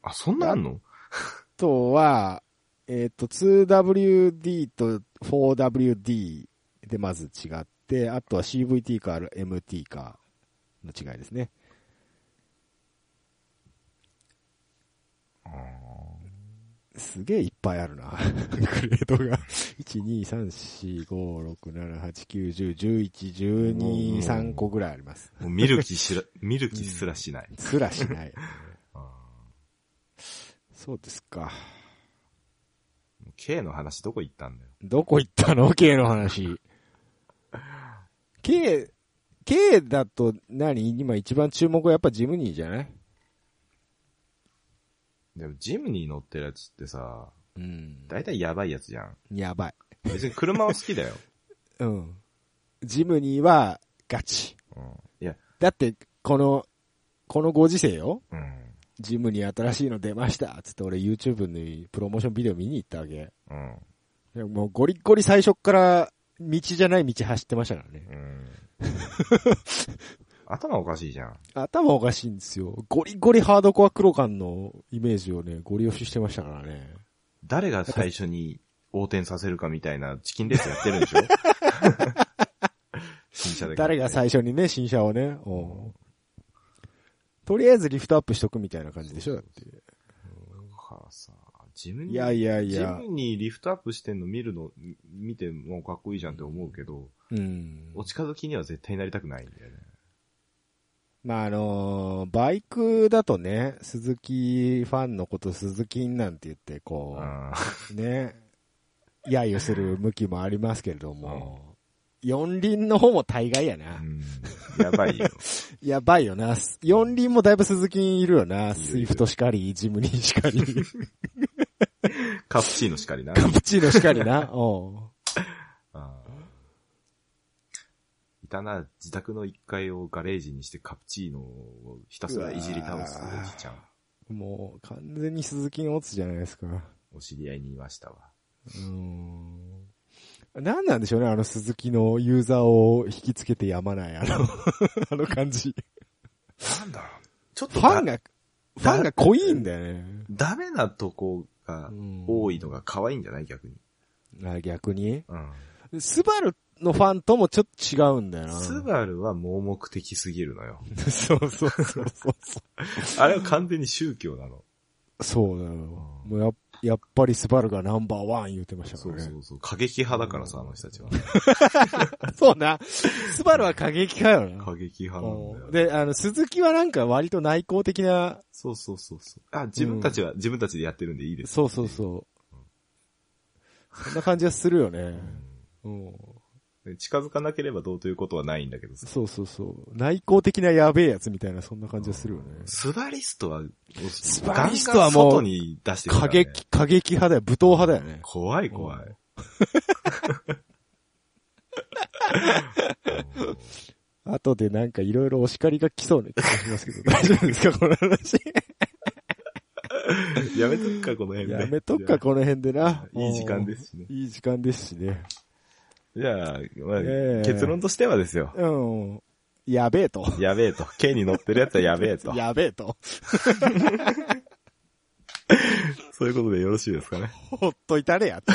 S2: あ、そんなあんの
S1: あとは、えっ、と、2WD と 4WD でまず違って、あとは CVT か MT かの違いですね。すげえいっぱいあるな。 グレードが。1、2、3、4、5、6、7、8、9、10、11、12、3個ぐらいあります。
S2: もう見る気しら、 見る気すらしない。
S1: すらしない。
S2: あ
S1: そうですか。
S2: ーもう K の話どこ行ったんだよ。
S1: どこ行ったの ?K の話。K、K だと何今一番注目はやっぱジムニーじゃない
S2: でも、ジムに乗ってるやつってさ、
S1: うん。
S2: だいたいやばいやつじゃん。
S1: やばい。
S2: 別に車は好き だよ。
S1: うん。ジムニーはガチ。
S2: うん。いや、
S1: だって、この、このご時世よ
S2: うん。
S1: ジムに新しいの出ましたっつって俺 YouTube のプロモーションビデオ見に行ったわけ。
S2: うん。
S1: いやもうゴリッゴリ最初っから道じゃない道走ってましたからね。
S2: うん。頭おかしいじゃん。
S1: 頭おかしいんですよ。ゴリゴリハードコア黒感のイメージをね、ゴリ押ししてましたからね。
S2: 誰が最初に横転させるかみたいなチキンレースやってるん でしょ新車で。
S1: 誰が最初にね、新車をね、うんとりあえずリフトアップしとくみたいな感じでしょだって。
S2: かさ、ジムに、
S1: いやいやいや
S2: ジムにリフトアップしてんの見るの、み見てもうかっこいいじゃんって思うけど、
S1: うん。
S2: お近づきには絶対なりたくないんだよね。
S1: まあ、あのーバイクだとね、鈴木ファンのこと鈴木なんて言って、こう、
S2: あ
S1: ね、揶揄する向きもありますけれども、四輪の方も大概や
S2: ー
S1: な
S2: う。んやば いよ。
S1: やばいよな。四輪もだいぶ鈴木いるよな。
S2: る
S1: スイフトしかり、ジムニーしかり、
S2: カプチーノしかり な。
S1: カプチーノしかりな。お
S2: あーいたな、自宅の1階をガレージにしてカプチーノをひたすらいじり倒すおじちゃん。
S1: うもう、完全に鈴木のオツじゃないですか。
S2: お知り合いにいましたわ。
S1: うん。なんなんでしょうね、あの鈴木のユーザーを引きつけてやまない、あ の、あの感じ。
S2: なんだろうちょっ
S1: フ
S2: と
S1: ァン
S2: だ
S1: が、ファンが濃いんだよね。
S2: ダメなとこが多いのが可愛いんじゃない逆に。
S1: あ逆に
S2: うん。
S1: スバルのファンともちょっと違うんだよな。
S2: スバルは盲目的すぎるのよ。
S1: ル そうそうそうそうそ
S2: あれは完全に宗教なの。
S1: う。 そうだよ。もうややっぱりスバルがナンバーワン言ってましたか
S2: そ
S1: ら
S2: う
S1: ね。
S2: そうそう。過激派だからさ、あの人たちは。
S1: そうな。スバルは過激かよな。
S2: 過激派なん だよ。
S1: で、あの、鈴木はなんか割と内向的な、
S2: そうそうそうそう。あ、自分たちは、自分たちでやってるんでいいです。
S1: そうそうそう。そんな感じはするよね。うん。
S2: で近づかなければどうということはないんだけどさ。
S1: そうそうそう。内向的なやべえやつみたいな、そんな感じはするよね。
S2: スバリストは、ス
S1: バリストはもう
S2: 外に出してくか
S1: 過
S2: らね
S1: 激、過激派だよ。武闘派だよね。
S2: 怖い怖い。
S1: 後でなんかいろいろお叱りが来そうな気がしますけど、 大丈夫ですかこの話。
S2: やめとくか、この辺 で。
S1: やめとくか、この辺でな。
S2: いい時間ですしね
S1: うんいい時間ですしね。
S2: じゃあ、まあ
S1: ええ
S2: 結論としてはですよ。
S1: うん。やべえと。
S2: やべえと。K に乗ってるやつはやべえ と。
S1: やべえと。
S2: そういうことでよろしいですかね。
S1: ほっといたれやと。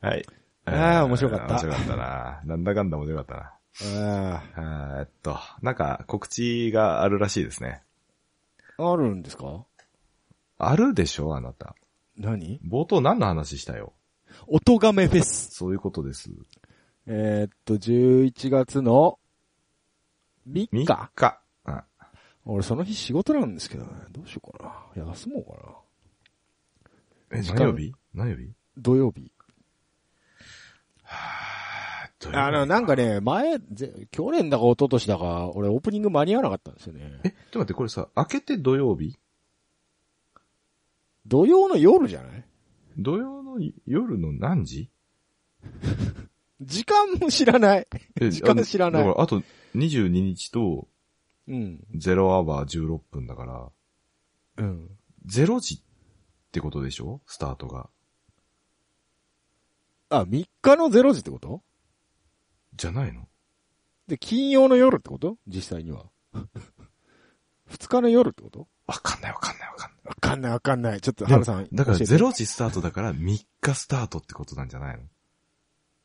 S2: はい。
S1: ああ面白かった
S2: 面白かったな。なんだかんだ面白かったな。
S1: あ
S2: あーえっと、なんか告知があるらしいですね。
S1: あ。あるんですか
S2: あるでしょあなた。
S1: 何
S2: 冒頭何の話したよ
S1: 音亀フェス。
S2: そういうことです。
S1: えーっと、11月の3日
S2: 3日。あ
S1: 俺その日仕事なんですけどね。どうしようかな。休もうかな。
S2: え、
S1: 時間
S2: 何曜日何曜日
S1: 土曜日。あ
S2: あ
S1: の、なんかね、前、ぜ去年だか一昨年だか、俺オープニング間に合わなかったんですよね。
S2: え、ちょっと待って、これさ、明けて土曜日
S1: 土曜の夜じゃない
S2: 土曜の夜の何時
S1: 時間も知らない。
S2: え
S1: 時間知らない
S2: あだから、あと22日と
S1: うん。
S2: 0アワー16分だから、
S1: うん。
S2: 0時ってことでしょスタートが。
S1: あ、3日の0時ってこと
S2: じゃないの
S1: で、金曜の夜ってこと実際には。2日の夜ってこと
S2: わかんないわかんないわかんない。
S1: わかんないわかんない。ちょっと、
S2: でも
S1: ハルさん。
S2: だから
S1: 教えて
S2: 0時スタートだから3日スタートってことなんじゃないの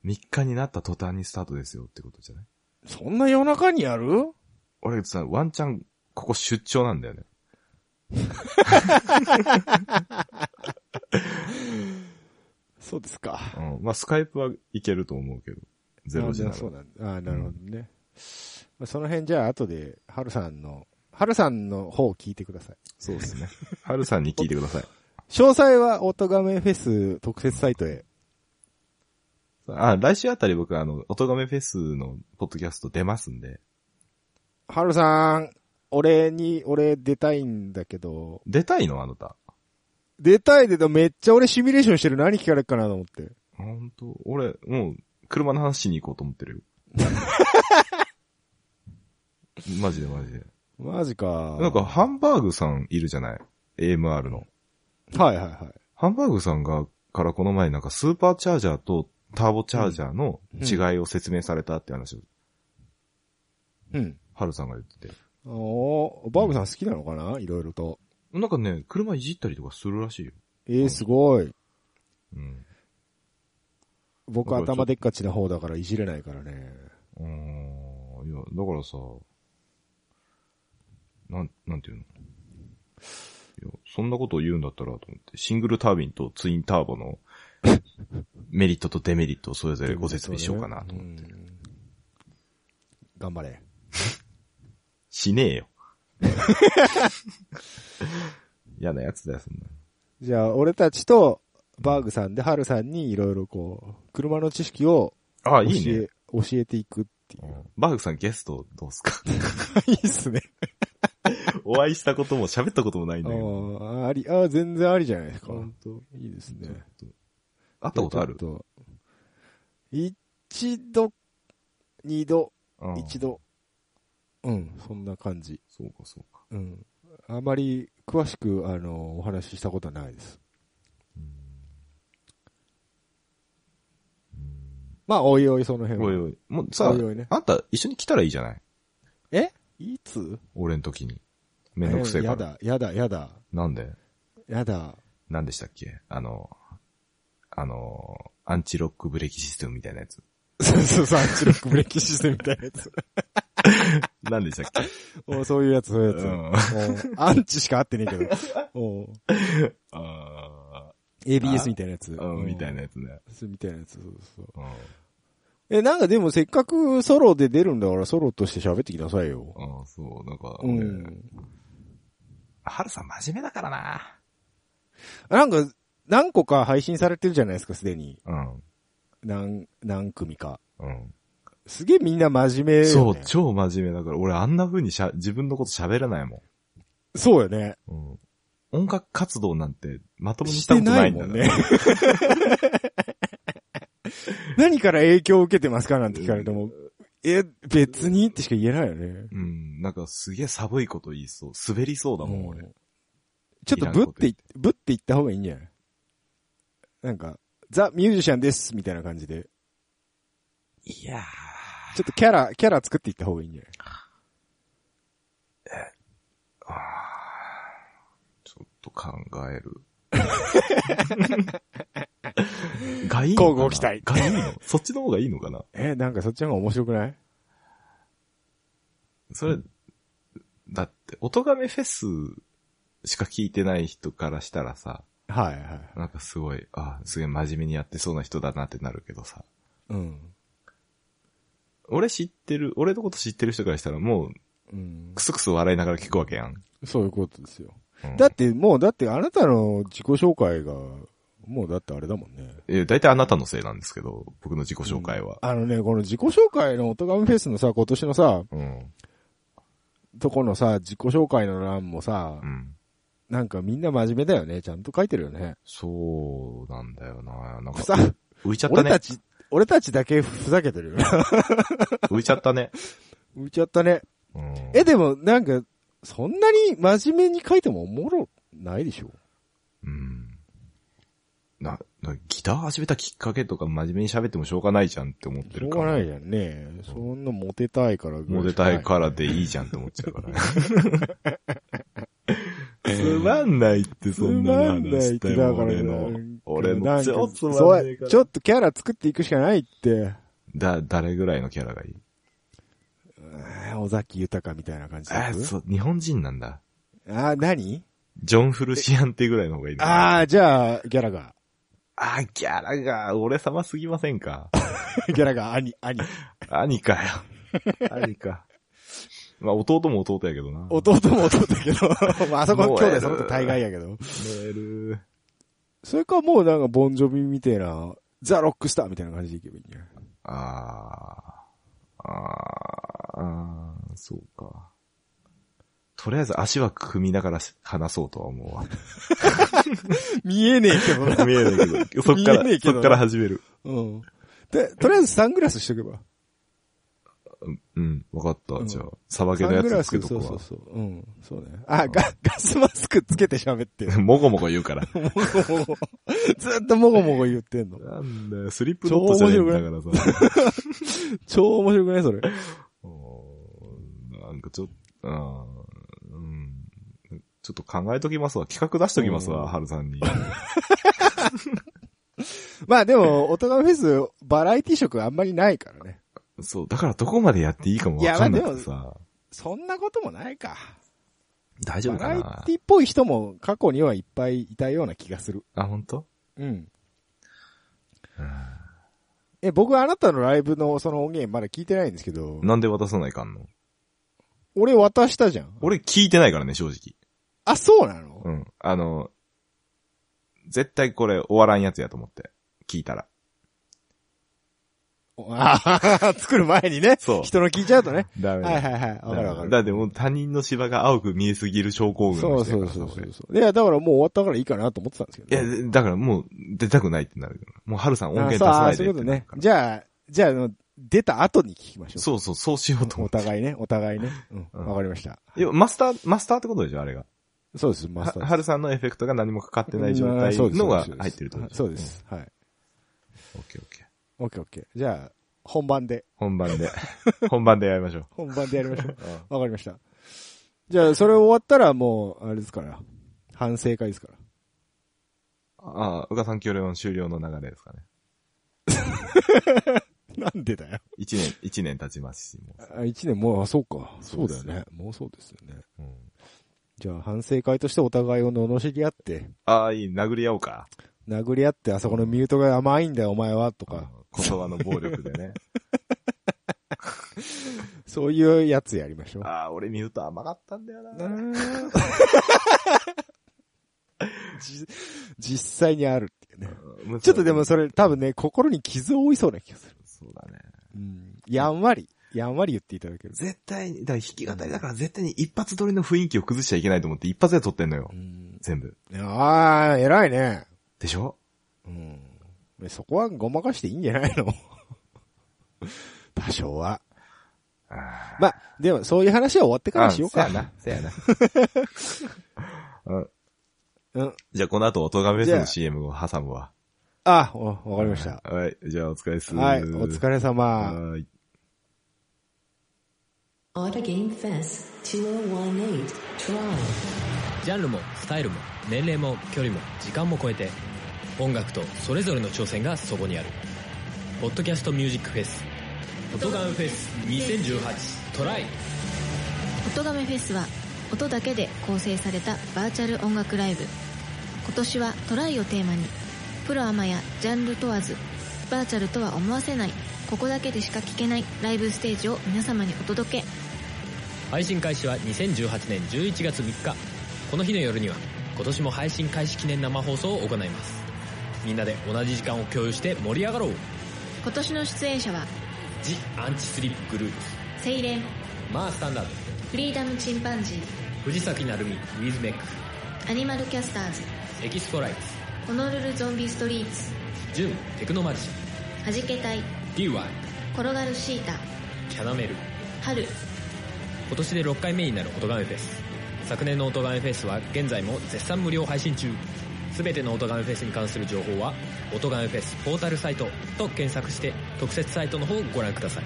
S2: ?3 日になった途端にスタートですよってことじゃない
S1: そんな夜中にやる
S2: 俺さ、ワンチャン、ここ出張なんだよね。
S1: そうですか。
S2: うん。まあ、スカイプはいけると思うけど。0時な
S1: あ
S2: ら。
S1: そうなんだ。あなるほどね。まあその辺じゃあ後で、ハルさんの、ハルさんの方を聞いてください。
S2: そうですね。ハルさんに聞いてくださ い。
S1: 詳細は、オトガメフェス特設サイトへ。
S2: あ、来週あたり僕、あの、音亀フェスのポッドキャスト出ますんで。
S1: ハルさん、俺に、俺出たいんだけど、
S2: 出たいのあなた。
S1: 出たいけどめっちゃ俺シミュレーションしてる何聞かれるかなと思って。
S2: ほんと俺、もう、車の話しに行こうと思ってるよ。 マジでマジで。
S1: マジか。
S2: なんか、ハンバーグさんいるじゃない ?AMR の。
S1: はいはいはい。
S2: ハンバーグさんが、からこの前なんかスーパーチャージャーとターボチャージャーの違いを説明されたって話を、
S1: うん。
S2: ハルさんが言ってて。
S1: おーバーグさん好きなのかないろいろと。
S2: なんかね、車いじったりとかするらしいよ。
S1: えー、すごい。
S2: うん。
S1: 僕頭でっかちな方だからいじれないからね。
S2: うーん。いや、だからさ、なん、なんていうのいや、そんなことを言うんだったらと思って、シングルタービンとツインターボのメリットとデメリットをそれぞれご説明しようかなと思って。
S1: うん頑張れ。
S2: しねえよ。 嫌なやつだよ、そんな。
S1: じゃあ、俺たちと、バーグさんで、ハルさんにいろいろこう、車の知識を
S2: ああ、
S1: 教え、
S2: いいね。
S1: 教えてい くっていう。
S2: うんバーグさんゲストどうすか
S1: いいっすね。
S2: お会いしたことも喋ったこともないん
S1: あ
S2: だけど。
S1: あ、あり、ああ、全然ありじゃないですか。
S2: 本当
S1: いいですね。
S2: ちょっと会ったことある
S1: ちょっと一度、二度、
S2: ああ
S1: 一度。うん、そんな感じ。
S2: そうか、そうか。
S1: うん。あまり詳しく、あの、お話ししたことはないです。まあ、おいおい、その辺
S2: おい
S1: は。
S2: おい。もうさ
S1: おいおいね、
S2: あんた一緒に来たらいいじゃない
S1: えいつ
S2: 俺の時に。めんどくせえ
S1: え
S2: か
S1: や
S2: ら。
S1: だ、やだ、やだ、
S2: なんで
S1: やだ。
S2: なんでしたっけあの、あの、アンチロックブレーキシステムみたいなやつ。
S1: そうそうそう、アンチロックブレーキシステムみたいなやつ。
S2: なんでしたっけ
S1: お そういうやつ、そういう
S2: う
S1: や
S2: ん。
S1: つ。おアンチしか合ってねえけ ど。お
S2: あ
S1: ABS みたいなやつ。
S2: ーうん、みたいな
S1: や
S2: やつね。
S1: つ。みたいなやつ、そうそう。
S2: うん。あ
S1: え、なんかでもせっかくソロで出るんだからソロとして喋ってきなさいよ。
S2: ーそう、なんか、
S1: う
S2: ね
S1: ん。
S2: ハルさん真面目だからな。
S1: なんか、何個か配信されてるじゃないですか、すでに。
S2: うん。
S1: 何、何組か。
S2: うん。
S1: すげえみんな真面目、
S2: そう、
S1: ちょ。
S2: 超真面目だから、俺あんな風にしゃ、自分のこと喋らないも
S1: そうよね。
S2: ん。うん。音楽活動なんて、まともにし
S1: した
S2: こ
S1: て
S2: とな
S1: ないい
S2: んだ
S1: もん
S2: から
S1: ね。。 何から影響を受けてますかなんて聞かれても、え、別にってしか言えないよね。
S2: うん、なんかすげえ寒いこと言いそう。滑りそうだもん、俺。
S1: うんちょっとぶってい、ぶって言った方がいいんじゃないなんか、ザ・ミュージシャンです、みたいな感じで。
S2: いや
S1: ちょっとキャラ、キャラ作っていった方がいいんじゃない
S2: ー。ちょっと考え る。がいいのかな
S1: 乞うご期待
S2: がいいのそっちの方がいいのかな
S1: え、なんかそっちの方が面白くない
S2: それ、だって、音亀フェスしか聞いてない人からしたらさ、
S1: はいはい。
S2: なんかすごい、あすげえ真面目にやってそうな人だなってなるけどさ。
S1: うん。
S2: 俺知ってる、俺のこと知ってる人からしたらもう、
S1: うん
S2: ク。スクス笑いながら聞くわけやん。
S1: そういうことですよ。
S2: うん
S1: だってもう、だってあなたの自己紹介が、もうだってあれだもんね。
S2: え、大体あなたのせいなんですけど、僕の自己紹介は。
S1: あのね、この自己紹介の音ムフェスのさ、今年のさ、
S2: うん。
S1: とこのさ、自己紹介の欄もさ
S2: う、ん。
S1: なんかみんな真面目だよね。ちゃんと書いてるよね。
S2: そうなんだよな。なんか、
S1: さ、
S2: 浮いちゃった
S1: 俺
S2: ね
S1: た。ち、俺たちだけふざけてるよね。
S2: 浮いちゃったね。
S1: 浮いちゃったね。
S2: うん、
S1: え、でもなんか、そんなに真面目に書いてもおもろないでしょ
S2: うん。な、なギター始めたきっかけとか真面目に喋ってもしょうがないじゃんって思って
S1: しょ
S2: る
S1: う
S2: から。
S1: がないじゃんね。そんなモテたいからぐらし
S2: モテ
S1: かな
S2: たいからでいいじゃんって思っちゃうからね。 つまんないってそんなの話したよ
S1: つまんない
S2: 俺
S1: ってだから
S2: の
S1: なん。
S2: 俺
S1: な
S2: の
S1: んか
S2: 超つ
S1: そ
S2: まんないうか
S1: ちょ
S2: ら。
S1: っとキャラ作っていくしかないって。
S2: だ、誰ぐらいのキャラがいい
S1: あー尾崎豊みたいな感じ
S2: あ、そう、日本人なんだ。
S1: う。あー、何
S2: ジョン・フルシアンテぐらいの方がいいの
S1: ああ、じゃあ、ギャラが。
S2: あー、ギャラが俺様すぎませんか
S1: ギャラが兄、兄。
S2: 兄かよ。 兄か。まあ、弟も弟やけどな。
S1: 弟も弟だけど。 まあ、あそこは兄弟その人大概やけど。
S2: 燃える。
S1: それかもうなんかボンジョビみたいな、ザ・ロックスターみたいな感じでいけばいいんじゃない
S2: あー。あー、そうか。とりあえず足は組みながら話そうとは思うわ。
S1: 見えねえけどな。
S2: 見えないけど。そっか
S1: 見えねえ
S2: ら、
S1: けど
S2: そっから始める。
S1: うん。で、とりあえずサングラスしとけば。
S2: うん、わかった。じゃあ
S1: う、
S2: サバ
S1: サ
S2: ゲの
S1: ン
S2: や
S1: グラス、
S2: つつけと
S1: そう
S2: こ
S1: そううそう。うん。そうね。あ、ガ、ガスマスクつけて喋ってる
S2: わ。。 もごもご言うから。
S1: もごもご。 ずっともごもご言ってんの。
S2: なんだよ、スリップノットじゃねえんだからさ。
S1: 超面白くないそれ。
S2: うんなんかちょっと、あーうん。ちょっと考えときますわ。企画出しときます
S1: うん
S2: わ、春さんに。
S1: まあでも、大人フェス、バラエティ色あんまりないからね。
S2: そう、だからどこまでやっていいかもわかんないく
S1: やまあ
S2: てさ。
S1: そんなこともないか。
S2: 大丈
S1: バ
S2: 夫か
S1: ラエ
S2: な
S1: ティっぽい人も過去にはいっぱいいたような気がする。
S2: あ、本当？
S1: うん。
S2: うん
S1: え、僕あなたのライブのその音源まだ聞いてないんですけど、
S2: なんで渡さないかんの
S1: 俺渡したじゃん。
S2: 俺聞いてないからね、正直。
S1: あ、そうなの、
S2: うん。あの、絶対これ終わらんやつやと思って。聞いたら。
S1: あ はは作る前にね。
S2: そう
S1: 人の聞いちゃうとね。
S2: ダメ
S1: はいはいはい。わかるわかる。
S2: だってもう他人の芝が青く見えすぎる症候群
S1: そ
S2: の
S1: う
S2: 人
S1: そ
S2: や
S1: う
S2: から
S1: そうそ
S2: 俺
S1: うそう。いや、だからもう終わったからいいかなと思ってたんですけ
S2: い
S1: ど
S2: や
S1: ね、、
S2: だからもう出たくないってなるから。もう春さん音源出
S1: あ
S2: さな
S1: あ
S2: い
S1: そ
S2: で
S1: う
S2: っ
S1: あ
S2: て
S1: ーそういうこと
S2: なる
S1: ね
S2: か。ら
S1: じゃあ、じゃあ、あの、出た後に聞きましょう。
S2: そうそう、そうしようと思
S1: お
S2: って。
S1: 互いね、お互いね。う
S2: うん
S1: ん。わかりました。
S2: いやマスター、マスターってことでしょ、あれが。
S1: そうです、マ
S2: は
S1: スターです。
S2: 春さんのエフェクトが何もかかってない状態
S1: うん
S2: のが入ってるってこと
S1: そうです。そうですはい。
S2: うんオッケーオッケー。
S1: オッケーオッケー。じゃあ、本番で、
S2: 本番で。 本番でやりましょう。
S1: 本番でやりましょ う。
S2: うん
S1: わかりました。じゃあ、それ終わったらもう、あれですから。反省会ですから。
S2: ああ、うかさん協力終了の流れですかね。
S1: なんでだよ。
S2: 一年、一年経ちますし、も
S1: あ、一年もう、あ、そうか。
S2: そ
S1: そうう
S2: で
S1: だ
S2: す
S1: よね。もうそうですよね。
S2: う。うん、
S1: じゃあ、反省会としてお互いを罵り合って、
S2: ああ、いい、殴り合おうか。
S1: 殴り合って、あそこのミュートが甘いんだよ、お前は、と
S2: うん
S1: か、
S2: 言葉の暴力で ね。
S1: そういうやつやりましょう。
S2: ああ、俺ミュート甘かったんだよ な。
S1: じ実際にあるっていうね。
S2: うん
S1: ちょっとでも、それ多分ね、心に傷を負いそうな気がする。
S2: そうだね。
S1: うん。やんわり、やんわり言っていただける。
S2: 絶対に、だから弾き語りだから絶対に一発撮りの雰囲気を崩しちゃいけないと思って一発で撮ってんのよ
S1: う。ん。
S2: 全部。
S1: ああ、偉いね。
S2: でしょ
S1: うん。そこはごまかしていいんじゃないの多少は。
S2: ああ
S1: まあ、でもそういう話は終わってから
S2: あ
S1: しようか。
S2: せやな、せやな。うん
S1: うん。
S2: じゃあこの後、音がめ
S1: じ
S2: ス
S1: ゃ
S2: の
S1: あ
S2: CM を挟むわ。
S1: あ、おわかりました。
S2: はい。じゃあお疲れっす。
S1: はい、お疲れ様。
S2: はい。
S3: Auto Game Fest 2018 Trial.
S4: ジャンルもスタイルも年齢も距離も時間も超えて音楽とそれぞれの挑戦がそこにあるポッドキャストミュージックフェス「音ガンフェス2018トライ」
S5: 音亀フェスは音だけで構成されたバーチャル音楽ライブ今年はトライをテーマにプロアマやジャンル問わずバーチャルとは思わせないここだけでしか聴けないライブステージを皆様にお届け
S4: 配信開始は2018年11月3日この日の夜には今年も配信開始記念生放送を行いますみんなで同じ時間を共有して盛り上がろう
S5: 今年の出演者は
S4: 「ジ・アンチスリップグループ
S5: セイレン」
S4: 「マー・スタンダード」
S5: フリーダムチンパンジ
S4: 「藤崎鳴海」「ウィズ・メック」
S5: ーアニマルキャスターズ
S4: 「エキスポライツ」
S5: ホノルルゾンビストリーツ
S4: 「ジュン・テクノマジシャン
S5: はじけたい」
S4: 「DY」
S5: 転がるシータ
S4: 「キャナメル」
S5: 春
S4: 今年で6回目になる音ガメフェス昨年の音ガメフェスは現在も絶賛無料配信中すべての音ガメフェスに関する情報は「音ガメフェスポータルサイト」と検索して特設サイトの方をご覧ください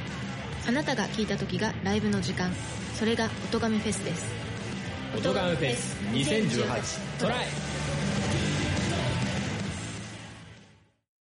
S5: あなたが聴いた時がライブの時間それが音亀フェスです
S4: 音ガメフェス2018トライ